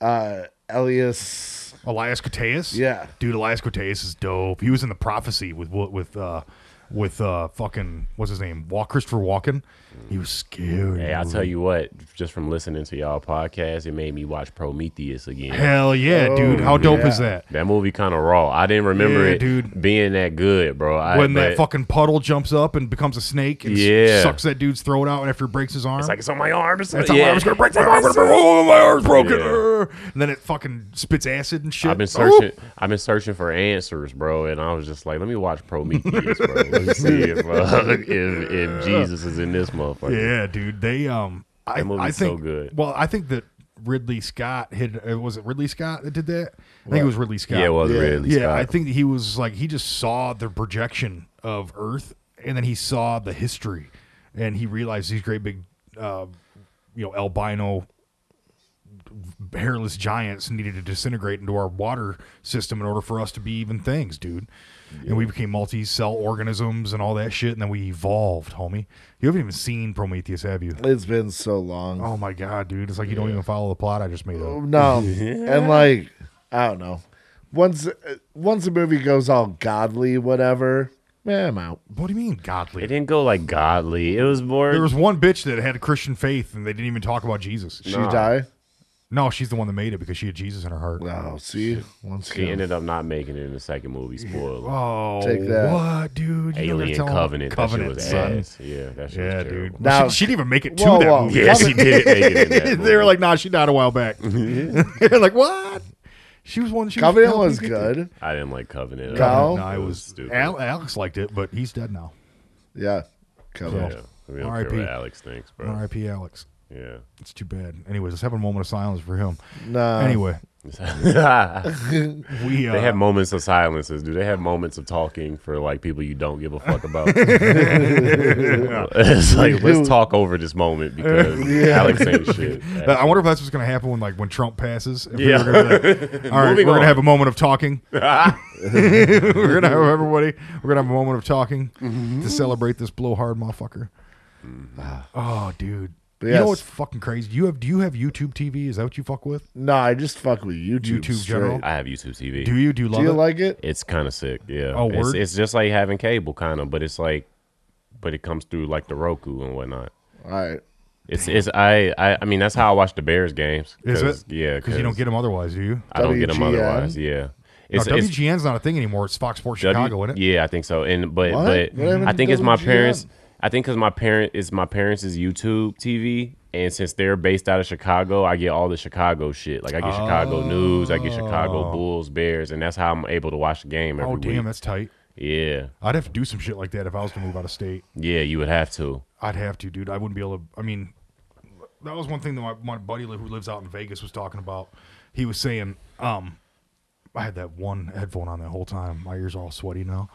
Speaker 3: uh Elias
Speaker 4: Elias Koteas?
Speaker 3: Yeah.
Speaker 4: Dude, Elias Koteas is dope. He was in the prophecy with Wil- with uh with uh fucking what's his name? Walk Christopher Walken. He was scary.
Speaker 2: Hey, I'll tell you what, just from listening to y'all podcast, it made me watch Prometheus again.
Speaker 4: Hell yeah,
Speaker 3: Oh,
Speaker 4: dude. How dope is that?
Speaker 2: That movie kind of raw. I didn't remember
Speaker 4: Yeah,
Speaker 2: it
Speaker 4: dude.
Speaker 2: being that good, bro. I,
Speaker 4: When that
Speaker 2: but
Speaker 4: fucking puddle jumps up and becomes a snake and s-
Speaker 2: Yeah.
Speaker 4: sucks that dude's throat out after it breaks his arm.
Speaker 2: it's like it's on my arm. It's,
Speaker 4: That's
Speaker 2: yeah.
Speaker 4: how I was gonna break my arm. Oh, my arm's broken.
Speaker 2: Yeah.
Speaker 4: Arr. <laughs> And then it fucking spits acid and shit.
Speaker 2: I've been
Speaker 4: Oh.
Speaker 2: searching. I've been searching for answers, bro. And I was just like, let me watch Prometheus, bro.
Speaker 4: <laughs>
Speaker 2: Let's see if, uh, if if Jesus is in this motherfucker.
Speaker 4: Yeah, dude. They um, I,
Speaker 2: That movie's
Speaker 4: I think
Speaker 2: so good.
Speaker 4: Well, I think that Ridley Scott had uh, was it Ridley Scott that did that? I think it was Ridley Scott.
Speaker 2: Yeah, it was
Speaker 3: Yeah.
Speaker 2: really.
Speaker 4: Yeah,
Speaker 2: Scott.
Speaker 4: I think that he was like he just saw the projection of Earth, and then he saw the history, and he realized these great big, uh, you know, albino hairless giants needed to disintegrate into our water system in order for us to be even things, dude. And we became multi-cell organisms and all that shit, and then we evolved, homie. You haven't even seen Prometheus, have you?
Speaker 3: it's been so long.
Speaker 4: Oh my god, dude! Oh. It's like you don't even follow the plot I just made up. <laughs>
Speaker 3: No, and like I don't know. Once uh, once a movie goes all godly, whatever, man, I'm out.
Speaker 4: What do you mean
Speaker 2: it
Speaker 4: godly?
Speaker 2: didn't go like godly. It was more.
Speaker 4: There was one bitch that had Christian faith, and they didn't even talk about Jesus.
Speaker 3: She die.
Speaker 4: No, she's the one that made it because she had Jesus in her heart.
Speaker 3: No, see, once
Speaker 2: she
Speaker 3: again,
Speaker 2: ended up not making it in the second movie. Spoiler.
Speaker 4: Oh,
Speaker 3: Take that.
Speaker 4: what, dude? You don't gotta
Speaker 2: Alien
Speaker 4: tell 'em.
Speaker 2: Covenant.
Speaker 4: Covenant,
Speaker 2: that shit
Speaker 4: son.
Speaker 2: was ass. Yeah, that shit
Speaker 4: Yeah,
Speaker 2: was terrible.
Speaker 4: dude.
Speaker 2: Dude.
Speaker 4: Now,
Speaker 3: Now-
Speaker 4: she, she didn't even make it to
Speaker 3: Whoa,
Speaker 4: that
Speaker 2: <laughs>
Speaker 3: whoa.
Speaker 4: movie.
Speaker 2: Yeah, she did make it in
Speaker 4: <laughs>
Speaker 2: that
Speaker 4: they were
Speaker 2: movie.
Speaker 4: like, "Nah, she died a while back." <laughs> They're like, "What?" She was one. She
Speaker 3: Mm-hmm. Covenant
Speaker 4: helping
Speaker 3: was
Speaker 4: get there.
Speaker 3: good.
Speaker 2: I didn't like Covenant. at
Speaker 3: Cow?
Speaker 2: all.
Speaker 4: No, I
Speaker 2: It was
Speaker 4: was.
Speaker 2: stupid.
Speaker 4: Al- Alex liked it, but he's dead now.
Speaker 3: Yeah,
Speaker 2: Yeah.
Speaker 3: Covenant.
Speaker 4: Oh,
Speaker 2: I mean, I don't
Speaker 4: R.I.P..
Speaker 2: care what Alex thinks, bro.
Speaker 4: R.I.P. Alex.
Speaker 2: Yeah.
Speaker 4: It's too bad. Anyways, let's have a moment of silence for him.
Speaker 3: Nah.
Speaker 4: Anyway,
Speaker 2: <laughs> they
Speaker 4: we uh,
Speaker 2: have moments of silences. Do they have moments of talking for like people you don't give a fuck
Speaker 4: <laughs>
Speaker 2: about? <laughs> it's like let's talk over this moment because
Speaker 4: <laughs>
Speaker 2: Alex ain't shit.
Speaker 4: Uh, I wonder if that's what's going to happen when, like, when Trump passes. If
Speaker 2: Yeah.
Speaker 4: we were gonna be like, <laughs> All right, we're
Speaker 2: Moving
Speaker 4: going to
Speaker 2: on.
Speaker 4: have a moment
Speaker 2: <laughs>
Speaker 4: of talking. <laughs> we're going to have everybody. We're going to have a moment of talking
Speaker 2: Mm-hmm.
Speaker 4: to celebrate this blowhard motherfucker. Oh, dude.
Speaker 3: But
Speaker 4: You know
Speaker 3: yes.
Speaker 4: what's fucking crazy? Do you have do you have YouTube TV? Is that what you fuck with?
Speaker 3: No, I just fuck with YouTube.
Speaker 4: YouTube
Speaker 3: YouTube
Speaker 4: general?
Speaker 2: I have YouTube TV.
Speaker 4: Do you do you love
Speaker 3: Do you
Speaker 4: it?
Speaker 3: like it?
Speaker 2: It's kind of sick. Yeah.
Speaker 4: Oh,
Speaker 2: it's,
Speaker 4: word?
Speaker 2: it's just like having cable, kind of, but it's like, but it comes through like the Roku and whatnot.
Speaker 3: All right.
Speaker 2: It's it's I I, I mean that's how I watch the Bears games.
Speaker 4: Is
Speaker 2: 'cause-
Speaker 4: it?
Speaker 2: Yeah,
Speaker 4: because you don't get them otherwise, do you?
Speaker 2: I don't get them
Speaker 3: WGN?
Speaker 2: otherwise. Yeah.
Speaker 4: No,
Speaker 2: It's, it's-
Speaker 4: WGN's not a thing anymore. It's Fox Sports
Speaker 2: W-
Speaker 4: Chicago, isn't it?
Speaker 2: Yeah, I think so. And but
Speaker 3: What? What
Speaker 2: but
Speaker 3: happened
Speaker 2: I
Speaker 3: to
Speaker 2: think it's my
Speaker 3: WGN?
Speaker 2: parents. I think because my parent is my parents is YouTube TV, and since they're based out of Chicago, I get all the Chicago shit. Like I get Chicago news, I get Chicago Bulls, Bears, and that's how I'm able to watch the game every
Speaker 4: Oh
Speaker 2: week.
Speaker 4: damn, that's tight.
Speaker 2: Yeah.
Speaker 4: I'd have to do some shit like that if I was to move out of state.
Speaker 2: Yeah, you would have to.
Speaker 4: I'd have to, dude. I wouldn't be able to. I mean, that was one thing that my, my buddy li- who lives out in Vegas was talking about. He was saying, um, I had that one headphone on the whole time. My ears are all sweaty now.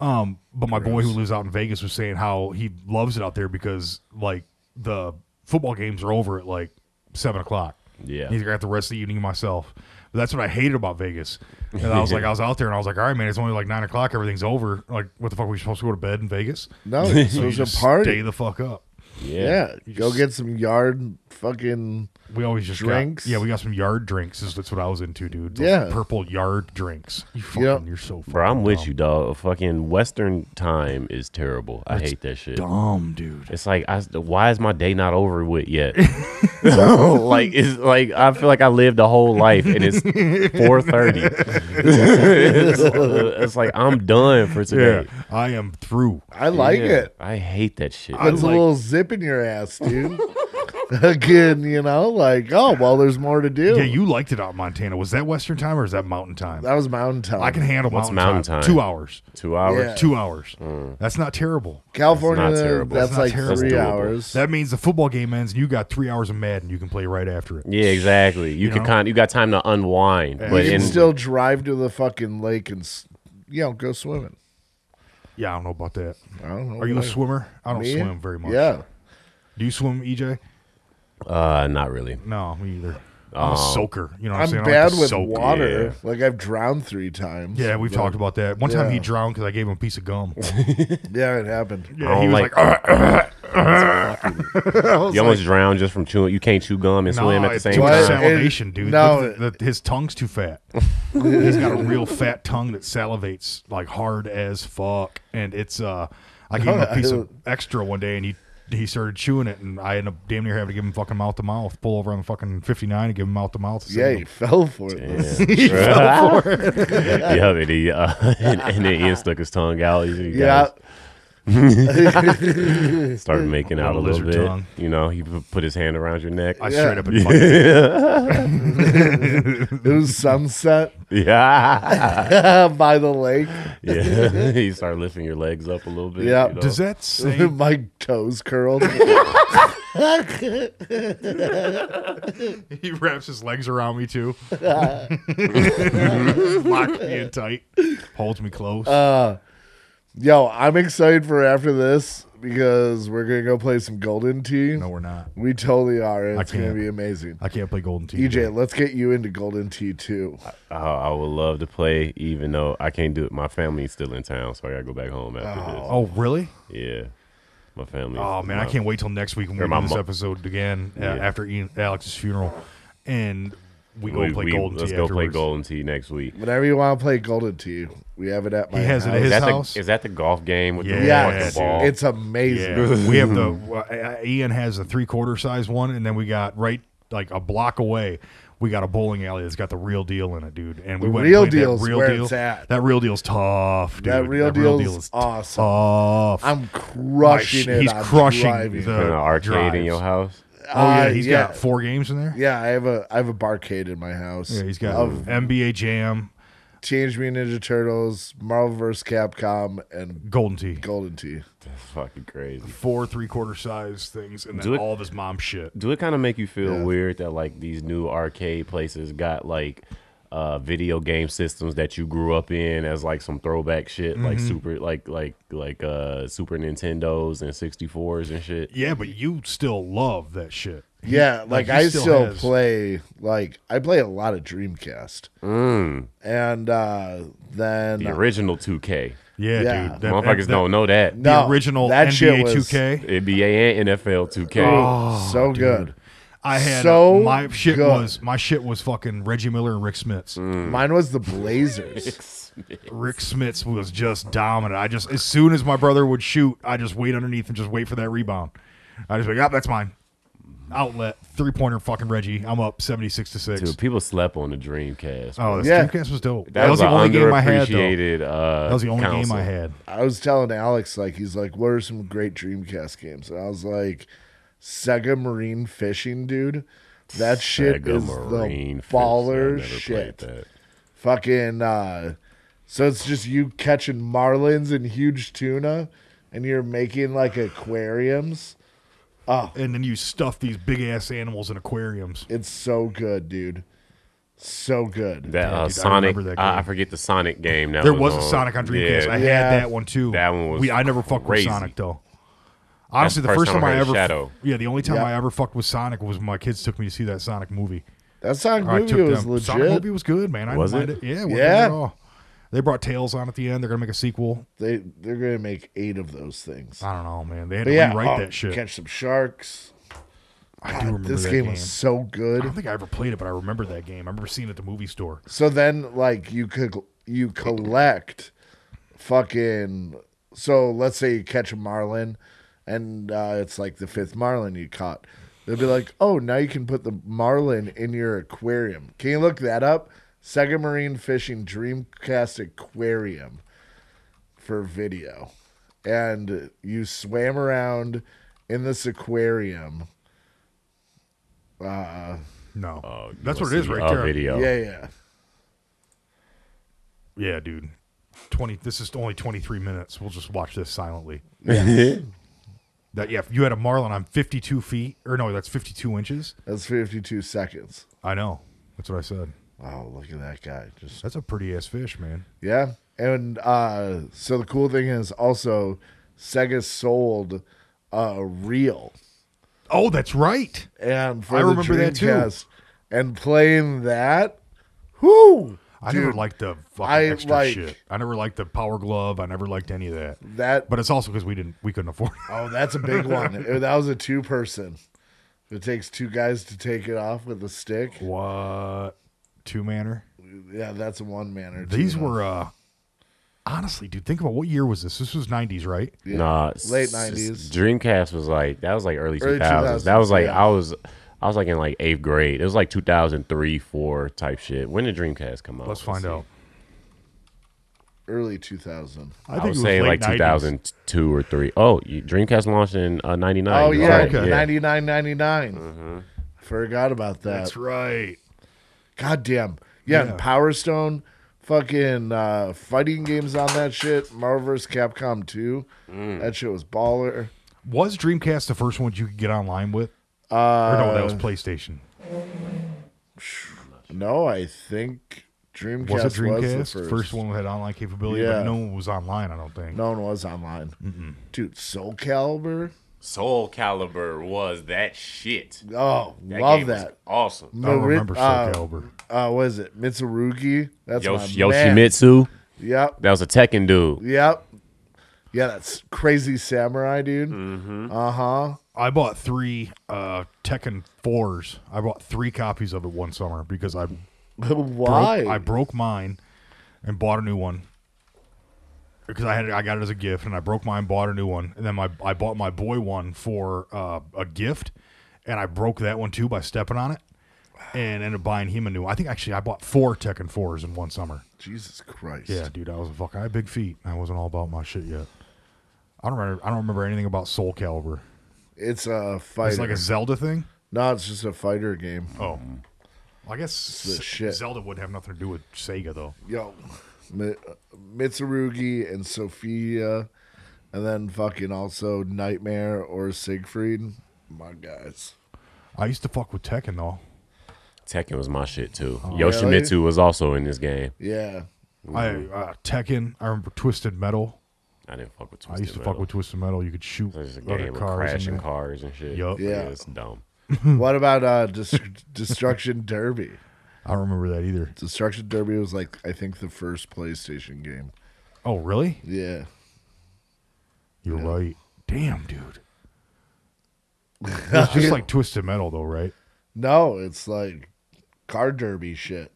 Speaker 4: Um, but my boy who lives out in Vegas was saying how he loves it out there because like the football games are over at like seven o'clock.
Speaker 2: Yeah.
Speaker 4: he's got the rest of the evening myself. But that's what I hated about Vegas. And I was like, I was out there and I was like, all right, man, it's only like nine o'clock. Everything's over. Like, what the fuck? Were we supposed to go to bed in Vegas?
Speaker 3: No, <laughs> it
Speaker 4: So <laughs> you
Speaker 3: was a
Speaker 4: just Stay
Speaker 3: party.
Speaker 4: the fuck up.
Speaker 2: Yeah.
Speaker 3: Yeah, go get some yard fucking.
Speaker 4: We always just got-
Speaker 3: Drinks?
Speaker 4: yeah, we got some yard drinks. Is that's what I was into, dude. Those
Speaker 3: Yeah.
Speaker 4: purple yard drinks. You fucking,
Speaker 3: Yep.
Speaker 4: you're so fucking
Speaker 2: Bro, I'm with you, dog. Fucking Western time is terrible. I hate that shit.
Speaker 4: dumb, dude.
Speaker 2: It's like, I, why is my day not over with yet?
Speaker 4: <laughs>
Speaker 2: like, it's like I feel like I lived a whole life, and
Speaker 4: <laughs>
Speaker 2: it's four thirty. it's, it's like I'm done for
Speaker 4: Yeah,
Speaker 2: today.
Speaker 4: I am through.
Speaker 3: I like
Speaker 2: Yeah.
Speaker 3: it.
Speaker 2: I hate that shit.
Speaker 3: Puts a
Speaker 2: Like,
Speaker 3: little zip in your ass, dude. Again, you know, like oh well, there's more to do.
Speaker 4: Yeah, you liked it out in Montana. Was that Western time or is that Mountain time?
Speaker 3: that was Mountain Time.
Speaker 4: I can handle
Speaker 2: What's
Speaker 4: mountain,
Speaker 2: mountain
Speaker 4: time.
Speaker 2: time? Mm.
Speaker 4: Two hours.
Speaker 2: two hours.
Speaker 3: Yeah.
Speaker 4: Two hours. That's not terrible.
Speaker 3: California.
Speaker 2: That's
Speaker 3: That's,
Speaker 2: not terrible.
Speaker 4: That's not
Speaker 3: like
Speaker 4: terrible.
Speaker 3: three
Speaker 2: That's doable.
Speaker 3: hours.
Speaker 4: That means the football game ends and you got three hours of Madden you can play right after it.
Speaker 2: Yeah, exactly. You,
Speaker 4: know?
Speaker 2: can kind you got time to unwind,
Speaker 3: you
Speaker 2: but
Speaker 3: can
Speaker 2: in,
Speaker 3: still drive to the fucking lake and s- you know go swimming.
Speaker 4: Yeah, I don't know about that.
Speaker 3: I don't know.
Speaker 4: Are you a
Speaker 3: like-
Speaker 4: swimmer? I don't
Speaker 3: Me?
Speaker 4: swim very much.
Speaker 3: Yeah,
Speaker 4: Do you swim, E EJ?
Speaker 2: uh, not really.
Speaker 4: No, me either. I'm a
Speaker 2: Oh.
Speaker 4: soaker. You know what I'm,
Speaker 3: I'm
Speaker 4: saying? I like
Speaker 3: bad
Speaker 4: to
Speaker 3: with
Speaker 4: soak.
Speaker 3: water. Like I've drowned three times.
Speaker 4: Yeah, we've talked about that. One time he
Speaker 3: Yeah.
Speaker 4: drowned because I gave him a piece of gum.
Speaker 3: <laughs> Yeah, it happened.
Speaker 4: Yeah, he
Speaker 2: don't
Speaker 4: was like,
Speaker 2: like-
Speaker 4: I was
Speaker 2: You almost
Speaker 4: like,
Speaker 2: drown just from chewing. You can't chew gum and
Speaker 4: "Nah,
Speaker 2: swim at the
Speaker 4: it's
Speaker 2: same
Speaker 4: too much
Speaker 2: <laughs>
Speaker 3: What?
Speaker 2: time.
Speaker 4: salivation, dude.
Speaker 3: no,
Speaker 4: Look, the- the- his tongue's
Speaker 3: <laughs>
Speaker 4: too fat. He's got a real fat tongue that salivates like hard as fuck, and it's uh, I
Speaker 3: <laughs>
Speaker 4: gave him a piece of extra one day, and he. He started chewing it, and I ended up damn near having to give him fucking mouth to mouth. Pull over on the fucking fifty nine and give him mouth to mouth. to save
Speaker 3: Yeah,
Speaker 4: him.
Speaker 3: you fell for it.
Speaker 2: <laughs> yeah, and, he, uh, <laughs> and, and then Ian stuck his tongue out. He, he
Speaker 3: <laughs> Yeah,
Speaker 2: got
Speaker 3: <laughs>
Speaker 2: his- started making out a
Speaker 4: Little
Speaker 2: little
Speaker 4: lizard
Speaker 2: bit.
Speaker 4: tongue.
Speaker 2: You know, he p- put his hand around your neck.
Speaker 4: I straight up and
Speaker 2: <laughs>
Speaker 4: fucking
Speaker 3: it was sunset
Speaker 2: yeah,
Speaker 4: <laughs>
Speaker 3: <laughs> by the lake.
Speaker 2: yeah. he started lifting your legs up a little bit.
Speaker 3: Yeah.
Speaker 2: you know.
Speaker 4: does that
Speaker 3: <laughs>
Speaker 4: say
Speaker 3: My toes
Speaker 4: <laughs>
Speaker 3: curled.
Speaker 4: <laughs> he wraps his legs around
Speaker 3: <laughs>
Speaker 4: me too, locks me in tight, holds me close.
Speaker 3: Uh, Yo, I'm excited for after this because we're gonna go play some golden tea.
Speaker 4: No, we're not.
Speaker 3: We totally are. and
Speaker 4: I
Speaker 3: It's gonna
Speaker 4: can't.
Speaker 3: be amazing.
Speaker 4: I can't play Golden Tee.
Speaker 3: EJ, let's get you into golden tea too.
Speaker 2: Oh, I would love to play, even though I can't do it. My family's still in town, so I gotta go back home after
Speaker 4: Oh, really?
Speaker 2: this. Yeah, my family.
Speaker 4: Oh man, I can't wait till next week when we
Speaker 2: Or my
Speaker 4: do this
Speaker 2: mo-
Speaker 4: episode again uh,
Speaker 2: Yeah.
Speaker 4: after Ian, Alex's funeral, and we go
Speaker 2: We,
Speaker 4: play
Speaker 2: we-
Speaker 4: Golden
Speaker 2: let's
Speaker 4: Tee
Speaker 2: go play
Speaker 4: afterwards.
Speaker 2: Golden Tee next week.
Speaker 3: Whenever you want to play golden tea, we have it at my.
Speaker 4: He has it
Speaker 3: house.
Speaker 4: at his
Speaker 2: Is that,
Speaker 4: house.
Speaker 2: the, is that the golf game with the
Speaker 4: Yeah,
Speaker 2: fucking
Speaker 3: Yes,
Speaker 2: ball?
Speaker 3: it's amazing.
Speaker 4: yeah, we have the uh, uh, Ian has a three quarter size one, and then we got right like a block away. We got a bowling alley that's got the real deal in it, dude. And we
Speaker 3: The
Speaker 4: went
Speaker 3: real
Speaker 4: and played that
Speaker 3: deal's
Speaker 4: real
Speaker 3: where
Speaker 4: deal.
Speaker 3: it's at.
Speaker 4: That real deal's tough, dude.
Speaker 3: That real
Speaker 4: deal
Speaker 3: deal's
Speaker 4: is
Speaker 3: awesome.
Speaker 4: tough.
Speaker 3: I'm crushing
Speaker 4: My sh-
Speaker 3: it.
Speaker 4: he's
Speaker 3: I'm
Speaker 4: crushing
Speaker 3: driving.
Speaker 4: the-
Speaker 2: Kind of arcade in
Speaker 4: drives.
Speaker 2: your house.
Speaker 4: oh yeah,
Speaker 3: uh,
Speaker 4: he's
Speaker 3: yeah.
Speaker 4: got four games in there.
Speaker 3: Yeah, I have a I have a barcade in my house.
Speaker 4: Yeah, he's got
Speaker 3: of
Speaker 4: NBA Jam,
Speaker 3: Teenage Mutant Ninja Turtles, Marvel vs. Capcom, and
Speaker 4: Golden Tee.
Speaker 3: Golden Tee.
Speaker 2: That's fucking crazy.
Speaker 4: four three quarter size things and then
Speaker 2: Do it-
Speaker 4: all of his mom shit.
Speaker 2: Do it kind of make you feel
Speaker 3: Yeah.
Speaker 2: weird that like these new arcade places got like uh video game systems that you grew up in as like some throwback shit, like
Speaker 4: Mm-hmm.
Speaker 2: super like like like uh Super Nintendos and 64s and shit.
Speaker 4: Yeah, but you still love that shit. He-
Speaker 3: Yeah, like,
Speaker 4: he
Speaker 3: I still,
Speaker 4: has-
Speaker 3: play. Like I play a lot of Dreamcast, and uh, then
Speaker 2: Mm. The original 2K.
Speaker 4: Yeah,
Speaker 3: Yeah.
Speaker 4: dude. That,
Speaker 2: Motherfuckers
Speaker 4: that-
Speaker 2: don't know that.
Speaker 4: The
Speaker 3: No,
Speaker 4: original
Speaker 3: that
Speaker 4: NBA
Speaker 3: shit was-
Speaker 4: 2K.
Speaker 2: NBA and NFL 2K.
Speaker 4: Oh.
Speaker 3: so good.
Speaker 4: I had
Speaker 3: so
Speaker 4: my shit
Speaker 3: good.
Speaker 4: was my shit was fucking Reggie Miller and Rick Smits.
Speaker 2: Mm.
Speaker 3: Mine was the Blazers.
Speaker 2: <laughs>
Speaker 4: Rick Smits was just dominant. I just as soon as my brother would shoot, I just wait underneath and just wait for that rebound. I just be like, oh, that's mine. Outlet three pointer, fucking Reggie. I'm up seventy six to six.
Speaker 2: Dude, people slept on the Dreamcast.
Speaker 4: Oh, this
Speaker 3: Yeah.
Speaker 4: Dreamcast was dope. That,
Speaker 2: that,
Speaker 4: was
Speaker 2: was,
Speaker 4: the
Speaker 2: an
Speaker 4: only game I had. Though.
Speaker 2: underappreciated. uh,
Speaker 4: That was the only game
Speaker 2: console.
Speaker 4: I had.
Speaker 3: I was telling Alex, like, he's like, what are some great Dreamcast games? And I was like, Sega Marine Fishing, dude. That shit
Speaker 2: Sega
Speaker 3: is
Speaker 2: Marine
Speaker 3: the
Speaker 2: Fist. I
Speaker 3: baller
Speaker 2: never played
Speaker 3: shit.
Speaker 2: that.
Speaker 3: Fucking uh, So it's just you catching marlins and huge tuna, and you're making like aquariums.
Speaker 4: and then you stuff these big ass animals in aquariums.
Speaker 3: It's so good, dude. So good.
Speaker 2: That
Speaker 4: I
Speaker 2: uh,
Speaker 4: remember
Speaker 2: Sonic,
Speaker 4: that
Speaker 2: I, I
Speaker 4: game.
Speaker 2: forget the Sonic game. That
Speaker 4: There was a
Speaker 2: on.
Speaker 4: Sonic on Dreamcast.
Speaker 2: Yeah,
Speaker 4: I had
Speaker 3: Yeah.
Speaker 4: that one too.
Speaker 2: That one was
Speaker 4: We, I never fucked
Speaker 2: crazy.
Speaker 4: with Sonic though. Honestly, the
Speaker 2: first
Speaker 4: first
Speaker 2: time
Speaker 4: time
Speaker 2: I
Speaker 4: I
Speaker 2: heard
Speaker 4: ever,
Speaker 2: Shadow.
Speaker 4: yeah, the only time
Speaker 3: Yeah.
Speaker 4: I ever fucked with Sonic was when my kids took me to see that Sonic movie.
Speaker 3: That Sonic
Speaker 4: Or I
Speaker 3: movie
Speaker 4: took
Speaker 3: was
Speaker 4: them.
Speaker 3: legit.
Speaker 4: Sonic movie was good, man. I
Speaker 2: Was
Speaker 4: didn't mind
Speaker 2: it?
Speaker 4: it? Yeah, it wasn't
Speaker 3: Yeah.
Speaker 4: bad At all. They brought Tails on at the end. They're gonna make a sequel.
Speaker 3: They they're gonna make eight of those things.
Speaker 4: I don't know, man. They had
Speaker 3: But
Speaker 4: to
Speaker 3: yeah,
Speaker 4: rewrite
Speaker 3: oh,
Speaker 4: that shit.
Speaker 3: catch some sharks.
Speaker 4: I do remember
Speaker 3: This
Speaker 4: that
Speaker 3: game
Speaker 4: game.
Speaker 3: was so
Speaker 4: I don't
Speaker 3: good.
Speaker 4: think I ever played it, but I remember that game. I remember seeing it at the movie store.
Speaker 3: So then, like, you could you collect fucking. So let's say you catch a marlin, and uh, it's like the fifth marlin you caught. They'll be like, "Oh, now you can put the marlin in your aquarium." Can you look that up? Sega Marine Fishing Dreamcast Aquarium for video, and you swam around in this aquarium. Uh,
Speaker 4: No,
Speaker 2: Oh, you
Speaker 4: that's
Speaker 2: wanna
Speaker 4: what it is
Speaker 2: see
Speaker 4: right
Speaker 2: a
Speaker 4: there.
Speaker 2: Video.
Speaker 3: yeah, yeah.
Speaker 4: Yeah, dude. Twenty. This is only twenty three minutes. We'll just watch this silently.
Speaker 2: <laughs>
Speaker 4: That yeah, if you had a marlin on fifty two feet, or no, that's fifty two inches.
Speaker 3: That's 52 seconds.
Speaker 4: I know. That's what I said.
Speaker 3: Wow, look at that guy. Just
Speaker 4: That's a pretty ass fish, man.
Speaker 3: yeah. And uh so the cool thing is also Sega sold uh, a reel
Speaker 4: Oh, that's right.
Speaker 3: and for
Speaker 4: I
Speaker 3: the
Speaker 4: remember that too.
Speaker 3: Dreamcast and playing that. Whoo!
Speaker 4: I
Speaker 3: Dude,
Speaker 4: never liked the fucking
Speaker 3: I
Speaker 4: extra
Speaker 3: like-
Speaker 4: shit. I never liked the power glove. I never liked any of that.
Speaker 3: that.
Speaker 4: But it's also because we didn't, we couldn't
Speaker 3: <laughs>
Speaker 4: afford it.
Speaker 3: Oh, that's a big one. <laughs> It- that was a two person. It takes two guys to take it off with a stick.
Speaker 4: What two manner?
Speaker 3: Yeah, that's a one manner.
Speaker 4: These were uh honestly, dude. Think about what year was this? This was '90s, right?
Speaker 2: Nah,
Speaker 3: Late
Speaker 2: s- s-
Speaker 3: 90s.
Speaker 2: Dreamcast was like that was like early two
Speaker 3: Early
Speaker 2: thousands. That was like
Speaker 3: 2000s, yeah.
Speaker 2: I was I was like in like eighth grade. It was like two thousand three four type shit. When did Dreamcast come out?
Speaker 4: Let's find
Speaker 2: see.
Speaker 4: out.
Speaker 3: early 2000.
Speaker 4: I,
Speaker 2: I,
Speaker 4: think
Speaker 2: would
Speaker 4: it was
Speaker 2: say
Speaker 4: late
Speaker 2: like
Speaker 4: 90s.
Speaker 2: two thousand two or three. Oh, you, Dreamcast launched in uh, ninety nine.
Speaker 3: Oh yeah,
Speaker 4: okay.
Speaker 3: ninety nine, ninety nine. Forgot about that.
Speaker 4: That's right.
Speaker 3: God damn. Yeah, and
Speaker 4: Yeah.
Speaker 3: Power Stone, fucking uh, fighting games on that shit. Marvel vs. Capcom 2. That shit was baller.
Speaker 4: Was Dreamcast the first one you could get online with?
Speaker 3: Uh,
Speaker 4: Or no, that was PlayStation.
Speaker 3: no, I think Dreamcast
Speaker 4: Was
Speaker 3: was,
Speaker 4: it Dreamcast?
Speaker 3: the
Speaker 4: first.
Speaker 3: first.
Speaker 4: one that had online capability,
Speaker 3: Yeah.
Speaker 4: but no one was online. I don't think.
Speaker 3: No one was online. Dude, Soul Calibur.
Speaker 2: Soul Caliber was that shit.
Speaker 3: Oh, love that.
Speaker 2: Awesome.
Speaker 4: I don't
Speaker 3: Marit-
Speaker 4: remember Soul
Speaker 3: uh,
Speaker 4: Calibur.
Speaker 3: Uh, what is it? Mitsurugi? That's
Speaker 2: Yosh-
Speaker 3: my man.
Speaker 2: Yoshimitsu.
Speaker 3: Yep.
Speaker 2: That was a Tekken dude.
Speaker 3: Yep. Yeah, that's crazy samurai, dude. Uh huh.
Speaker 4: I bought three uh, Tekken fours. I bought three copies of it one summer because I broke,
Speaker 3: <laughs> Why?
Speaker 4: I broke mine and bought a new one because I had it, I got it as a gift and I broke mine, bought a new one, and then my I bought my boy one for uh, a gift, and I broke that one too by stepping on it, and ended up buying him a new. one. I think actually I bought four Tekken fours in one summer.
Speaker 3: Jesus Christ.
Speaker 4: Yeah, dude, I was a fuck. I had big feet. I wasn't all about my shit yet. I don't remember. I don't remember anything about Soul Calibur.
Speaker 3: It's a
Speaker 4: It's
Speaker 3: fighter.
Speaker 4: like a Zelda thing.
Speaker 3: no, it's just a fighter game.
Speaker 4: Oh, I guess
Speaker 3: the
Speaker 4: Z-
Speaker 3: shit.
Speaker 4: Zelda would have nothing to do with Sega though.
Speaker 3: Yo, Mi- Mitsurugi and Sophia, and then fucking also Nightmare or Siegfried. My guys.
Speaker 4: I used to fuck with Tekken though.
Speaker 2: Tekken was my shit too.
Speaker 4: Oh,
Speaker 2: Yoshimitsu was also in this game.
Speaker 3: Yeah.
Speaker 4: I uh, Tekken. I remember Twisted Metal.
Speaker 2: I didn't fuck with.
Speaker 4: I
Speaker 2: Twisted
Speaker 4: used to
Speaker 2: Metal.
Speaker 4: fuck with Twisted Metal. You could shoot
Speaker 2: It's just a
Speaker 4: other
Speaker 2: game of
Speaker 4: cars.
Speaker 2: crashing
Speaker 4: and that.
Speaker 2: cars and shit.
Speaker 4: Yup.
Speaker 3: Yeah.
Speaker 2: it's dumb.
Speaker 4: Hmm.
Speaker 3: what about uh Dis- Destruction <laughs> Derby?
Speaker 4: I don't remember that either.
Speaker 3: Destruction Derby was like I think the first PlayStation game.
Speaker 4: Oh really?
Speaker 3: Yeah.
Speaker 4: You're right. Damn, dude.
Speaker 2: <laughs>
Speaker 4: It's just like Twisted Metal though, right?
Speaker 3: No, it's like car derby shit.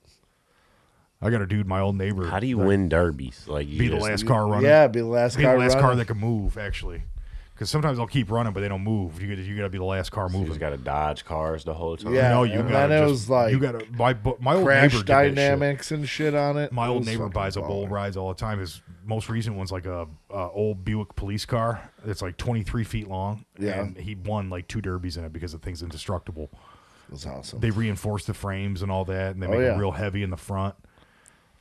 Speaker 4: I got a dude, my old neighbor.
Speaker 2: How do you
Speaker 4: that-
Speaker 2: win derbies? Like you
Speaker 4: be the
Speaker 2: just-
Speaker 4: last car running?
Speaker 3: Yeah, be the last
Speaker 4: be
Speaker 3: car.
Speaker 4: the last car
Speaker 3: running.
Speaker 4: that can move actually. Because sometimes I'll keep running, but they don't move. You got you got to be the last car
Speaker 2: You
Speaker 4: moving.
Speaker 2: just gotta dodge cars the whole time.
Speaker 3: Yeah,
Speaker 4: no, you
Speaker 3: and
Speaker 4: got
Speaker 3: then it
Speaker 4: to
Speaker 3: was like
Speaker 4: you got to my bu- my old neighbor
Speaker 3: crash
Speaker 4: did that shit.
Speaker 3: dynamics and shit on it.
Speaker 4: My
Speaker 3: It
Speaker 4: old
Speaker 3: was
Speaker 4: neighbor
Speaker 3: fucking
Speaker 4: buys up old
Speaker 3: baller.
Speaker 4: rides all the time. His most recent one's like a, a old Buick police car. It's like 23 feet long.
Speaker 3: Yeah.
Speaker 4: and he won like two derbies in it because the thing's indestructible.
Speaker 3: It was awesome.
Speaker 4: They reinforce the frames and all that, and they
Speaker 3: Oh,
Speaker 4: make
Speaker 3: yeah.
Speaker 4: it real heavy in the front.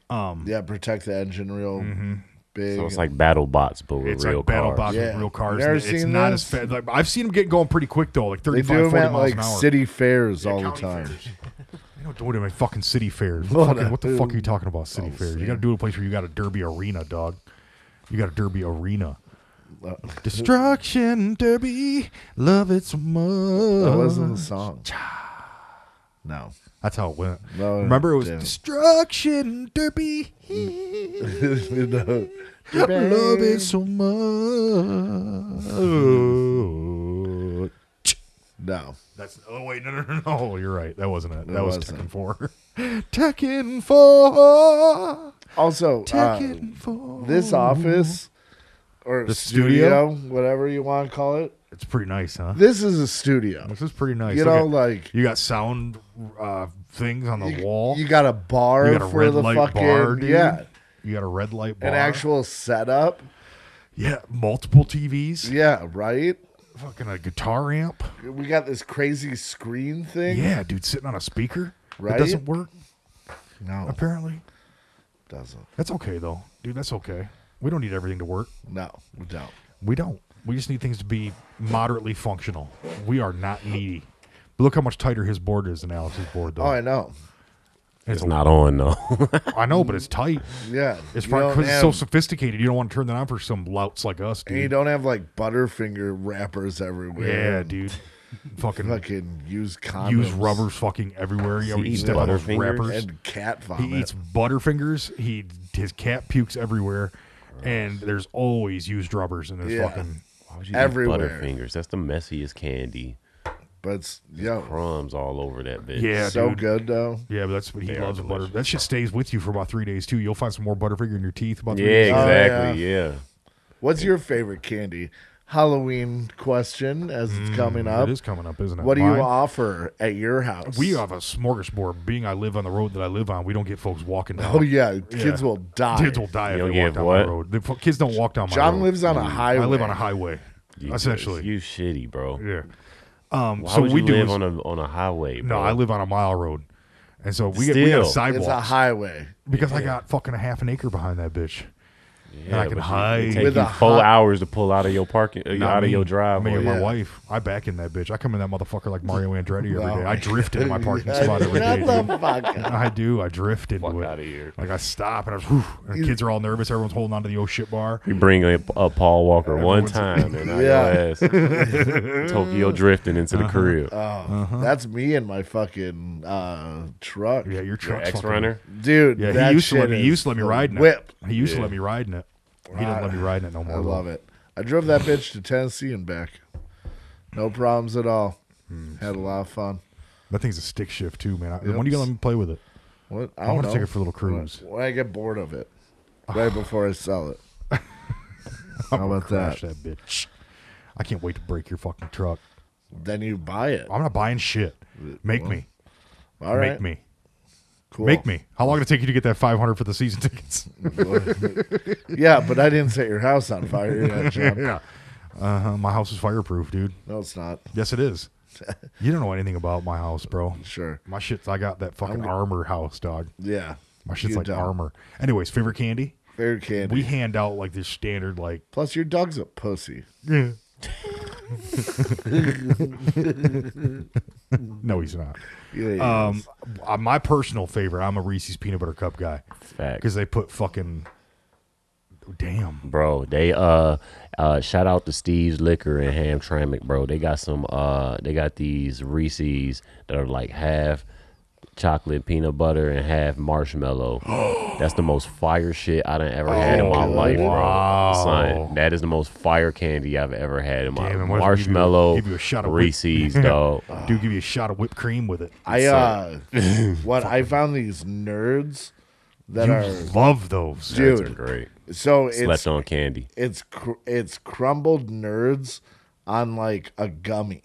Speaker 3: yeah, protect the engine real
Speaker 4: Mm-hmm.
Speaker 3: big.
Speaker 2: So it's like battle bots, but with
Speaker 4: It's
Speaker 2: real
Speaker 4: like battle
Speaker 2: cars.
Speaker 4: box with
Speaker 3: Yeah.
Speaker 4: real cars.
Speaker 3: Never
Speaker 4: it's
Speaker 3: seen
Speaker 4: not
Speaker 3: this?
Speaker 4: as fast. Like, I've seen them get going pretty quick though, like
Speaker 3: they
Speaker 4: 35,
Speaker 3: do
Speaker 4: 40
Speaker 3: them at
Speaker 4: miles
Speaker 3: like
Speaker 4: an hour.
Speaker 3: city fairs all the
Speaker 4: county
Speaker 3: time.
Speaker 4: fairs. They don't do it at my fucking
Speaker 3: <laughs>
Speaker 4: city fairs.
Speaker 3: Well,
Speaker 4: What, fucking-
Speaker 3: that-
Speaker 4: what the fuck are you talking about, city
Speaker 3: Oh,
Speaker 4: fairs? You
Speaker 3: same.
Speaker 4: got to do it a place where you got a derby arena, dog. You got a
Speaker 3: <laughs>
Speaker 4: derby arena. Destruction derby, love it so
Speaker 3: That
Speaker 4: much.
Speaker 3: wasn't the song. No. <laughs>
Speaker 4: That's how it went.
Speaker 3: No, it
Speaker 4: Remember, it was
Speaker 3: didn't.
Speaker 4: destruction
Speaker 3: <laughs>
Speaker 4: derby.
Speaker 3: no.
Speaker 4: love it so much.
Speaker 3: No.
Speaker 4: That's oh wait no no no no <laughs> you're right that wasn't it that
Speaker 3: It
Speaker 4: was
Speaker 3: wasn't.
Speaker 4: Tekken Four <laughs> Tekken Four
Speaker 3: Also, uh,
Speaker 4: Tekken Four
Speaker 3: this office or
Speaker 4: The
Speaker 3: studio, whatever you want to call it,
Speaker 4: it's pretty nice huh
Speaker 3: this is a studio.
Speaker 4: this is pretty nice
Speaker 3: You
Speaker 4: Look
Speaker 3: know,
Speaker 4: at-
Speaker 3: like
Speaker 4: you got sound uh, things on the
Speaker 3: you,
Speaker 4: wall
Speaker 3: you got a bar
Speaker 4: You got a
Speaker 3: for
Speaker 4: red
Speaker 3: the
Speaker 4: light
Speaker 3: fucking
Speaker 4: bar dude.
Speaker 3: yeah,
Speaker 4: you got a red light bar
Speaker 3: an actual setup.
Speaker 4: yeah multiple TVs
Speaker 3: Yeah, right.
Speaker 4: fucking a guitar amp
Speaker 3: We got this crazy screen thing.
Speaker 4: yeah dude sitting on a speaker
Speaker 3: Right?
Speaker 4: it doesn't work
Speaker 3: No, it
Speaker 4: apparently
Speaker 3: doesn't.
Speaker 4: that's okay though dude that's okay we don't need everything to work
Speaker 3: No, we don't.
Speaker 4: We don't. We just need things to be moderately functional. We are not needy. But look how much tighter his board is than Alex's board, though.
Speaker 3: Oh, I know.
Speaker 4: it's
Speaker 2: It's not on though. <laughs>
Speaker 4: I know, but it's tight.
Speaker 3: Yeah,
Speaker 4: It's
Speaker 3: you
Speaker 4: probably
Speaker 3: don't
Speaker 4: because it's so
Speaker 3: have-
Speaker 4: sophisticated. You don't want to turn that on for some louts like us,
Speaker 3: And you
Speaker 4: dude.
Speaker 3: don't have like Butterfinger wrappers everywhere.
Speaker 4: Yeah,
Speaker 3: and
Speaker 4: dude. fucking
Speaker 3: Fucking use condoms.
Speaker 4: use rubbers fucking everywhere. You know,
Speaker 2: He
Speaker 4: he
Speaker 2: eats
Speaker 4: step on those
Speaker 2: Butterfingers?
Speaker 4: wrappers.
Speaker 3: and cat vomit.
Speaker 4: He eats butterfingers. He his cat pukes everywhere, and there's always used rubbers in his
Speaker 3: Yeah.
Speaker 4: fucking.
Speaker 2: Why would you eat
Speaker 3: Everywhere.
Speaker 2: Butterfingers. That's the messiest candy.
Speaker 3: but it's, yo,
Speaker 2: Crumbs all over that bitch.
Speaker 4: Yeah,
Speaker 3: so
Speaker 4: dude.
Speaker 3: good though.
Speaker 4: Yeah, but that's what he
Speaker 2: They are
Speaker 4: loves. Butter.
Speaker 2: delicious.
Speaker 4: That shit stays with you for about three days too. You'll find some more Butterfinger in your teeth. About three
Speaker 2: Yeah,
Speaker 4: days.
Speaker 3: Oh,
Speaker 2: exactly. yeah.
Speaker 3: What's your favorite candy? Halloween question as it's coming up.
Speaker 4: Mm, It is coming up, isn't it?
Speaker 3: What do you
Speaker 4: Mine-
Speaker 3: offer at your house?
Speaker 4: We have a smorgasbord. Being I live on the road that I live on, we don't get folks walking down.
Speaker 3: <laughs> Oh yeah, kids will die.
Speaker 4: Kids will die
Speaker 2: You
Speaker 4: if
Speaker 2: don't
Speaker 4: they walk
Speaker 2: get
Speaker 4: down
Speaker 2: what?
Speaker 4: my road. The fu- kids don't walk down my
Speaker 3: John
Speaker 4: road. Mm.
Speaker 3: lives on a highway.
Speaker 4: I live on a highway,
Speaker 2: You-
Speaker 4: essentially.
Speaker 2: You shitty, bro.
Speaker 4: yeah. Um.
Speaker 2: Why
Speaker 4: so
Speaker 2: would
Speaker 4: we
Speaker 2: you
Speaker 4: do.
Speaker 2: live
Speaker 4: is-
Speaker 2: on a on a highway?
Speaker 4: no,
Speaker 2: bro?
Speaker 4: I live on a mile road, and so we get we got
Speaker 2: Still,
Speaker 4: sidewalks
Speaker 3: It's a highway.
Speaker 4: because I got fucking a half an acre behind that bitch. and
Speaker 2: Yeah,
Speaker 4: I can
Speaker 2: but you-
Speaker 4: hide.
Speaker 2: It take
Speaker 3: With
Speaker 2: you
Speaker 3: a
Speaker 2: four
Speaker 3: hot-
Speaker 2: hours to pull out of your parking, uh,
Speaker 4: Not
Speaker 2: out of
Speaker 4: me.
Speaker 2: your
Speaker 4: Me and
Speaker 2: driveway.
Speaker 4: my
Speaker 3: Yeah.
Speaker 4: wife. I back in that bitch. I come in that motherfucker
Speaker 3: <laughs>
Speaker 4: like Mario Andretti every
Speaker 3: No.
Speaker 4: day. I drift into my
Speaker 3: <laughs>
Speaker 4: parking spot every day.
Speaker 3: Shut
Speaker 4: dude.
Speaker 3: the fuck up.
Speaker 4: I do. I drift into
Speaker 2: Fuck
Speaker 4: it.
Speaker 2: outta here.
Speaker 4: Like I stop and I whew, and the kids are all nervous. Everyone's holding onto the oh shit bar.
Speaker 2: You bring up, up Paul Walker one time, and
Speaker 3: Yeah.
Speaker 2: yeah. your
Speaker 3: <laughs>
Speaker 2: ass Tokyo drifting into
Speaker 4: Uh-huh.
Speaker 2: the crib.
Speaker 4: Uh,
Speaker 3: That's me and my fucking uh, truck,
Speaker 4: Yeah, your
Speaker 2: Your
Speaker 4: truck's
Speaker 2: ex
Speaker 4: fucking-
Speaker 2: runner.
Speaker 3: dude.
Speaker 4: Yeah,
Speaker 3: that
Speaker 4: he used to let
Speaker 3: shit
Speaker 4: me. He used to
Speaker 3: is
Speaker 4: let me
Speaker 3: the
Speaker 4: ride in
Speaker 3: Whip.
Speaker 4: it. He used to
Speaker 2: Yeah.
Speaker 4: let me ride in it. He didn't let me ride in it no more.
Speaker 3: I
Speaker 4: though.
Speaker 3: love it. I drove that bitch to Tennessee and back. No problems at all.
Speaker 4: Hmm.
Speaker 3: Had a lot of fun.
Speaker 4: That thing's a stick shift too, man. I,
Speaker 3: Yep.
Speaker 4: When are you gonna let me play with it?
Speaker 3: What? I,
Speaker 4: I,
Speaker 3: don't
Speaker 4: want
Speaker 3: know.
Speaker 4: to take it for a little cruise.
Speaker 3: when I get bored of
Speaker 4: <sighs>
Speaker 3: it, right before I sell
Speaker 4: <laughs>
Speaker 3: it. How about
Speaker 4: Crash
Speaker 3: that?
Speaker 4: that bitch. I can't wait to break your fucking truck.
Speaker 3: Then you buy it.
Speaker 4: I'm not buying shit. Make me.
Speaker 3: All right,
Speaker 4: Make me.
Speaker 3: cool.
Speaker 4: Make me. How long did it take you to get that 500 for the season <laughs> tickets?
Speaker 3: <laughs> Yeah, but I didn't set your house on fire
Speaker 4: <laughs>
Speaker 3: yet, John.
Speaker 4: yeah. Uh, my house is fireproof, dude.
Speaker 3: No, it's not.
Speaker 4: Yes,
Speaker 3: <laughs>
Speaker 4: it is. You don't know anything about my house, bro.
Speaker 3: Sure.
Speaker 4: My shit's, I got that fucking armor house, dog.
Speaker 3: Yeah.
Speaker 4: My shit's
Speaker 3: You
Speaker 4: like
Speaker 3: don't.
Speaker 4: armor. Anyways, favorite candy?
Speaker 3: Favorite candy.
Speaker 4: We hand out like this standard, like,
Speaker 3: Plus, your dog's a pussy.
Speaker 4: <laughs> no, he's not.
Speaker 3: Yeah, yeah.
Speaker 4: Um, uh, my personal favorite, I'm a Reese's peanut butter cup guy
Speaker 2: Fact.
Speaker 4: because they put fucking, damn.
Speaker 2: bro. They uh, uh, shout out to Steve's Liquor and Hamtramck, bro. They got some uh, they got these Reese's that are like half chocolate peanut butter and half
Speaker 4: <gasps>
Speaker 2: marshmallow. That's the most fire shit I done ever had in my
Speaker 3: Oh,
Speaker 2: life, bro.
Speaker 4: wow.
Speaker 2: Son, that is the most fire candy I've ever had in my
Speaker 4: Damn,
Speaker 2: life.
Speaker 4: and what if we give you-
Speaker 2: marshmallow
Speaker 4: give you a shot of whip-
Speaker 2: Reese's, dog.
Speaker 4: <laughs> Do give you a shot of whipped cream with it.
Speaker 3: I uh, what I found these nerds that
Speaker 4: You
Speaker 3: are
Speaker 4: love those.
Speaker 2: Those are
Speaker 3: Dude.
Speaker 2: great.
Speaker 3: so it's
Speaker 2: Slept on candy.
Speaker 3: it's cr- it's crumbled nerds on like a gummy.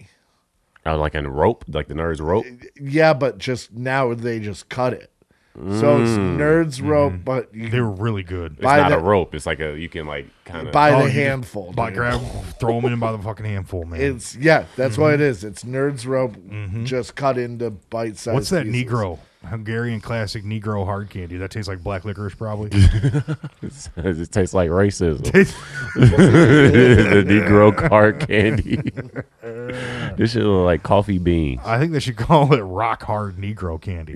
Speaker 2: I was Uh, like on rope, like the nerd's rope.
Speaker 3: Yeah, but just now they just cut it. So it's nerds rope, but you
Speaker 4: They were really good.
Speaker 2: It's
Speaker 3: Buy
Speaker 2: not
Speaker 3: the-
Speaker 2: a rope. It's like a you can like kind of
Speaker 3: buy the
Speaker 4: Oh, you just
Speaker 3: handful.
Speaker 4: By
Speaker 3: dude.
Speaker 4: grab, Mm-hmm. throw them in by the fucking handful, man.
Speaker 3: It's yeah, that's what it is. It's nerds rope just cut into bite sized.
Speaker 4: Mm-hmm. What's that Negro? Hungarian classic Negro hard candy. That tastes like black licorice, probably.
Speaker 2: <laughs> it tastes like racism. <laughs> the
Speaker 4: <laughs>
Speaker 2: Negro card candy. <laughs> this shit look like coffee beans.
Speaker 4: I think they should call it rock hard Negro candy.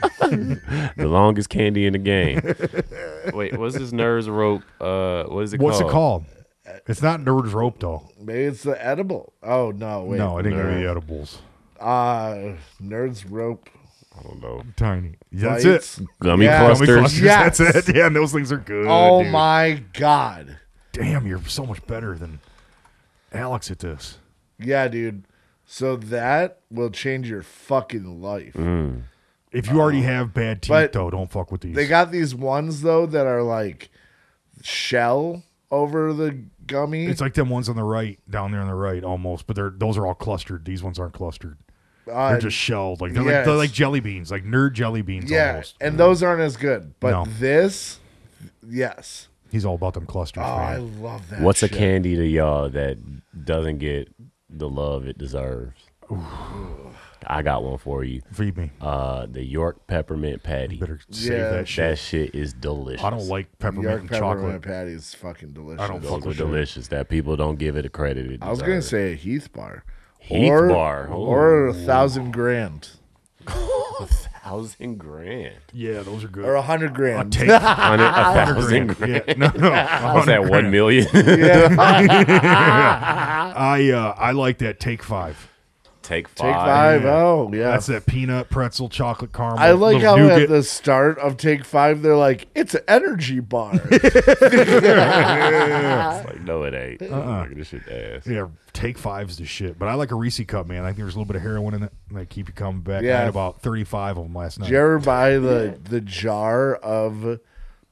Speaker 2: The longest candy in the game. <laughs> Wait, what's this nerves rope? Uh, what is it
Speaker 4: What's
Speaker 2: called?
Speaker 4: it called? It's not Nerd's Rope doll.
Speaker 3: Maybe it's the edible. Oh no, wait.
Speaker 4: no, it ain't gonna be edibles.
Speaker 3: Uh, nerds rope.
Speaker 2: I don't know.
Speaker 4: Tiny. That's
Speaker 3: Bites.
Speaker 4: it.
Speaker 2: Gummy
Speaker 3: Yeah.
Speaker 4: Gummy
Speaker 2: clusters.
Speaker 4: clusters.
Speaker 3: Yes.
Speaker 4: That's it. Yeah, and those things are good.
Speaker 3: Oh
Speaker 4: dude.
Speaker 3: my god.
Speaker 4: Damn, you're so much better than Alex at this.
Speaker 3: Yeah, dude. So that will change your fucking life.
Speaker 2: Mm.
Speaker 4: If you already have bad teeth,
Speaker 3: Uh-huh. But
Speaker 4: though, don't fuck with these.
Speaker 3: They got these ones though that are like shell over the gummy.
Speaker 4: it's like them ones on the right, down there on the right, almost. But they're those are all clustered. These ones aren't clustered.
Speaker 3: Uh,
Speaker 4: They're just shelled. Like they're,
Speaker 3: yes.
Speaker 4: like they're like jelly beans, like nerd jelly beans.
Speaker 3: yeah,
Speaker 4: almost.
Speaker 3: and those aren't as good. But
Speaker 4: No.
Speaker 3: this, yes.
Speaker 4: He's all about them clusters.
Speaker 3: Oh, I
Speaker 4: man.
Speaker 3: love that.
Speaker 2: What's a
Speaker 3: shit.
Speaker 2: candy to y'all that doesn't get the love it deserves? I got one for you.
Speaker 4: Feed me.
Speaker 2: Uh, the York peppermint patty.
Speaker 4: Better save
Speaker 3: Yeah.
Speaker 4: that shit.
Speaker 2: That shit is delicious.
Speaker 4: I don't like peppermint
Speaker 3: York
Speaker 4: and
Speaker 3: peppermint
Speaker 4: chocolate.
Speaker 3: patty is fucking delicious.
Speaker 4: I don't fuck
Speaker 2: those
Speaker 4: with
Speaker 2: were
Speaker 4: sugar.
Speaker 2: delicious. That people don't give it a credit. It
Speaker 3: I was gonna
Speaker 2: deserves.
Speaker 3: say a Heath bar.
Speaker 2: Heath
Speaker 3: or,
Speaker 2: bar.
Speaker 3: Or a thousand grand.
Speaker 2: a thousand grand.
Speaker 4: Yeah, those are good. <laughs>
Speaker 3: Or um, a hundred grand. <laughs>
Speaker 4: Take a
Speaker 2: Hundred- a thousand
Speaker 4: hundred
Speaker 2: grand.
Speaker 4: grand. Yeah, no, no.
Speaker 2: I was at one million.
Speaker 4: I uh, I like that take five.
Speaker 2: <laughs> Take five.
Speaker 3: Take five.
Speaker 4: yeah.
Speaker 3: Oh yeah.
Speaker 4: That's that peanut pretzel chocolate caramel.
Speaker 3: I like how
Speaker 4: little nougat.
Speaker 3: at the start of take five they're like, it's an energy
Speaker 4: <laughs>
Speaker 3: bar.
Speaker 2: It's like no, it ain't. Like, this shit ass.
Speaker 4: Uh-uh. yeah take five's the shit. But I like a Reese cup, man. I think there's a little bit of heroin in it. and They keep you coming back. I
Speaker 3: Yeah.
Speaker 4: had about thirty five of them last night.
Speaker 3: Did you ever buy the the jar of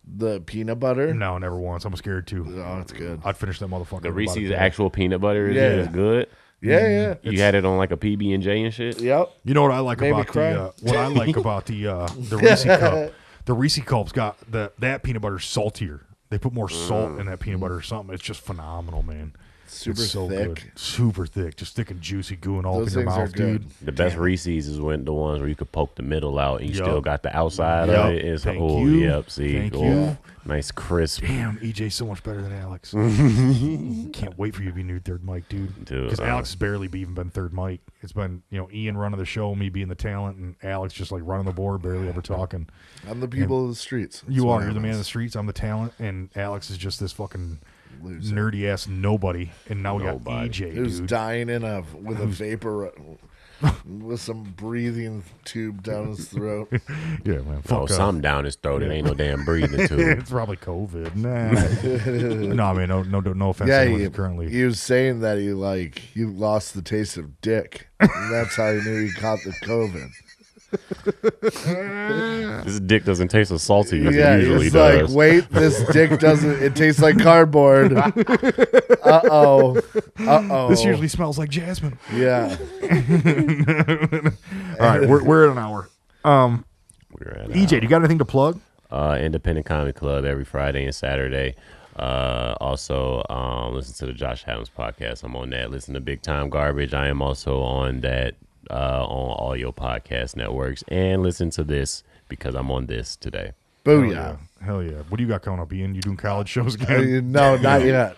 Speaker 3: the peanut butter?
Speaker 4: no, Uh, never once. I'm scared too.
Speaker 3: Oh, it's good.
Speaker 4: I'd finish that motherfucker.
Speaker 2: The
Speaker 4: in about a
Speaker 2: Reese's
Speaker 4: day.
Speaker 2: actual peanut butter is,
Speaker 3: Yeah.
Speaker 2: is good.
Speaker 3: Yeah,
Speaker 4: mm.
Speaker 3: yeah.
Speaker 2: You had it on like a PB and J and shit.
Speaker 3: Yep.
Speaker 4: You know what I like
Speaker 3: Made me
Speaker 4: about the
Speaker 3: cry.
Speaker 4: uh, what
Speaker 3: <laughs>
Speaker 4: I like about the uh, the Reese cup. The Reese cup's got the that peanut butter's saltier. They put more salt in that peanut butter or something. It's just phenomenal, man.
Speaker 3: Super
Speaker 4: it's so
Speaker 3: thick.
Speaker 4: good, super thick, just thick and juicy, gooing all
Speaker 3: Those
Speaker 4: up in
Speaker 3: things
Speaker 4: your
Speaker 3: are
Speaker 4: mouth, dude.
Speaker 3: good.
Speaker 2: The best Reese's is when the ones where you could poke the middle out and you
Speaker 4: Yup.
Speaker 2: still got the outside
Speaker 4: Yup.
Speaker 2: of it. It's
Speaker 4: Thank
Speaker 2: oh
Speaker 4: you.
Speaker 2: yep, see,
Speaker 4: Thank
Speaker 2: oh,
Speaker 4: you.
Speaker 2: nice crisp.
Speaker 4: Damn, EJ's so much better
Speaker 3: <laughs>
Speaker 4: than Alex. Can't wait for you to be new third mic, dude.
Speaker 2: Dude,
Speaker 4: Because
Speaker 2: uh,
Speaker 4: Alex has barely be even been third mic. It's been you know Ian running the show, me being the talent, and Alex just like running the board, barely ever talking.
Speaker 3: I'm the people of the streets. That's
Speaker 4: You
Speaker 3: what
Speaker 4: are. You're the man of the
Speaker 3: happens.
Speaker 4: streets. I'm the talent, and Alex is just this fucking
Speaker 3: Loser.
Speaker 4: nerdy ass nobody. And now we
Speaker 2: Nobody.
Speaker 4: got EJ,
Speaker 3: Who's
Speaker 4: dude.
Speaker 3: dying in a with a vapor
Speaker 4: <laughs>
Speaker 3: with some breathing tube down his throat.
Speaker 4: yeah, man. Fuck
Speaker 2: Oh,
Speaker 4: up.
Speaker 2: something down his throat. It ain't no damn breathing to.
Speaker 4: <laughs> It's probably COVID. <laughs> Nah. no, I mean, no, no, no offense. to
Speaker 3: yeah,
Speaker 4: anyone
Speaker 3: he,
Speaker 4: who's currently.
Speaker 3: he was saying that he like he lost the taste of dick.
Speaker 4: <laughs>
Speaker 3: And that's how he knew he caught the COVID.
Speaker 2: This dick doesn't taste as salty as
Speaker 3: yeah,
Speaker 2: it usually
Speaker 3: it's
Speaker 2: does.
Speaker 3: like, wait, this dick doesn't. It tastes like
Speaker 4: <laughs>
Speaker 3: cardboard. uh oh, uh oh.
Speaker 4: this usually smells like jasmine.
Speaker 3: yeah.
Speaker 4: <laughs> All right, we're, we're at an <laughs> hour.
Speaker 2: We're at, uh,
Speaker 4: EJ, do E you got anything to plug?
Speaker 2: uh, Independent Comedy Club every Friday and Saturday. Uh, also, um, listen to the Josh Adams podcast. I'm on that. Listen to Big Time Garbage. I am also on that uh, on all your podcast networks. And listen to this because I'm on this today.
Speaker 3: Booyah.
Speaker 4: Hell Oh, yeah. What do you got coming up, Ian? You doing college shows <laughs>
Speaker 3: Uh,
Speaker 4: again?
Speaker 3: No, not yet.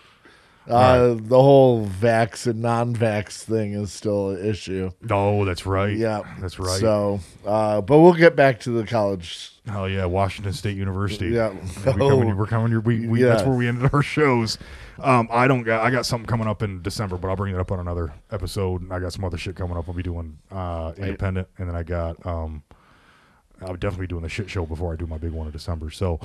Speaker 3: Uh, The whole vax and non-vax thing is still an issue.
Speaker 4: No, Oh, that's right.
Speaker 3: Yeah,
Speaker 4: That's right.
Speaker 3: So, uh, but we'll get back to the college.
Speaker 4: Hell yeah, Washington State University.
Speaker 3: Yeah.
Speaker 4: we coming, we're coming here. We, we, That's
Speaker 3: Yes.
Speaker 4: where we ended our shows. Um, I don't got. I got something coming up in December, but I'll bring it up on another episode. And I got some other shit coming up. I'll be doing uh, independent, and then I got. Um, I'll definitely be doing the shit show before I do my big one in December. So.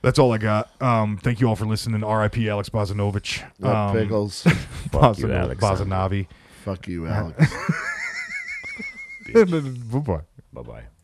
Speaker 4: That's all I got. Um, thank you all for listening. R.I.P. Alex Bozanovich.
Speaker 3: Uh,
Speaker 4: Um,
Speaker 3: pickles.
Speaker 2: Fuck you,
Speaker 4: Bozano-
Speaker 2: Alex.
Speaker 4: Bozanavi. <laughs>
Speaker 3: Fuck you, Alex.
Speaker 4: Bye-bye.
Speaker 2: Bye bye.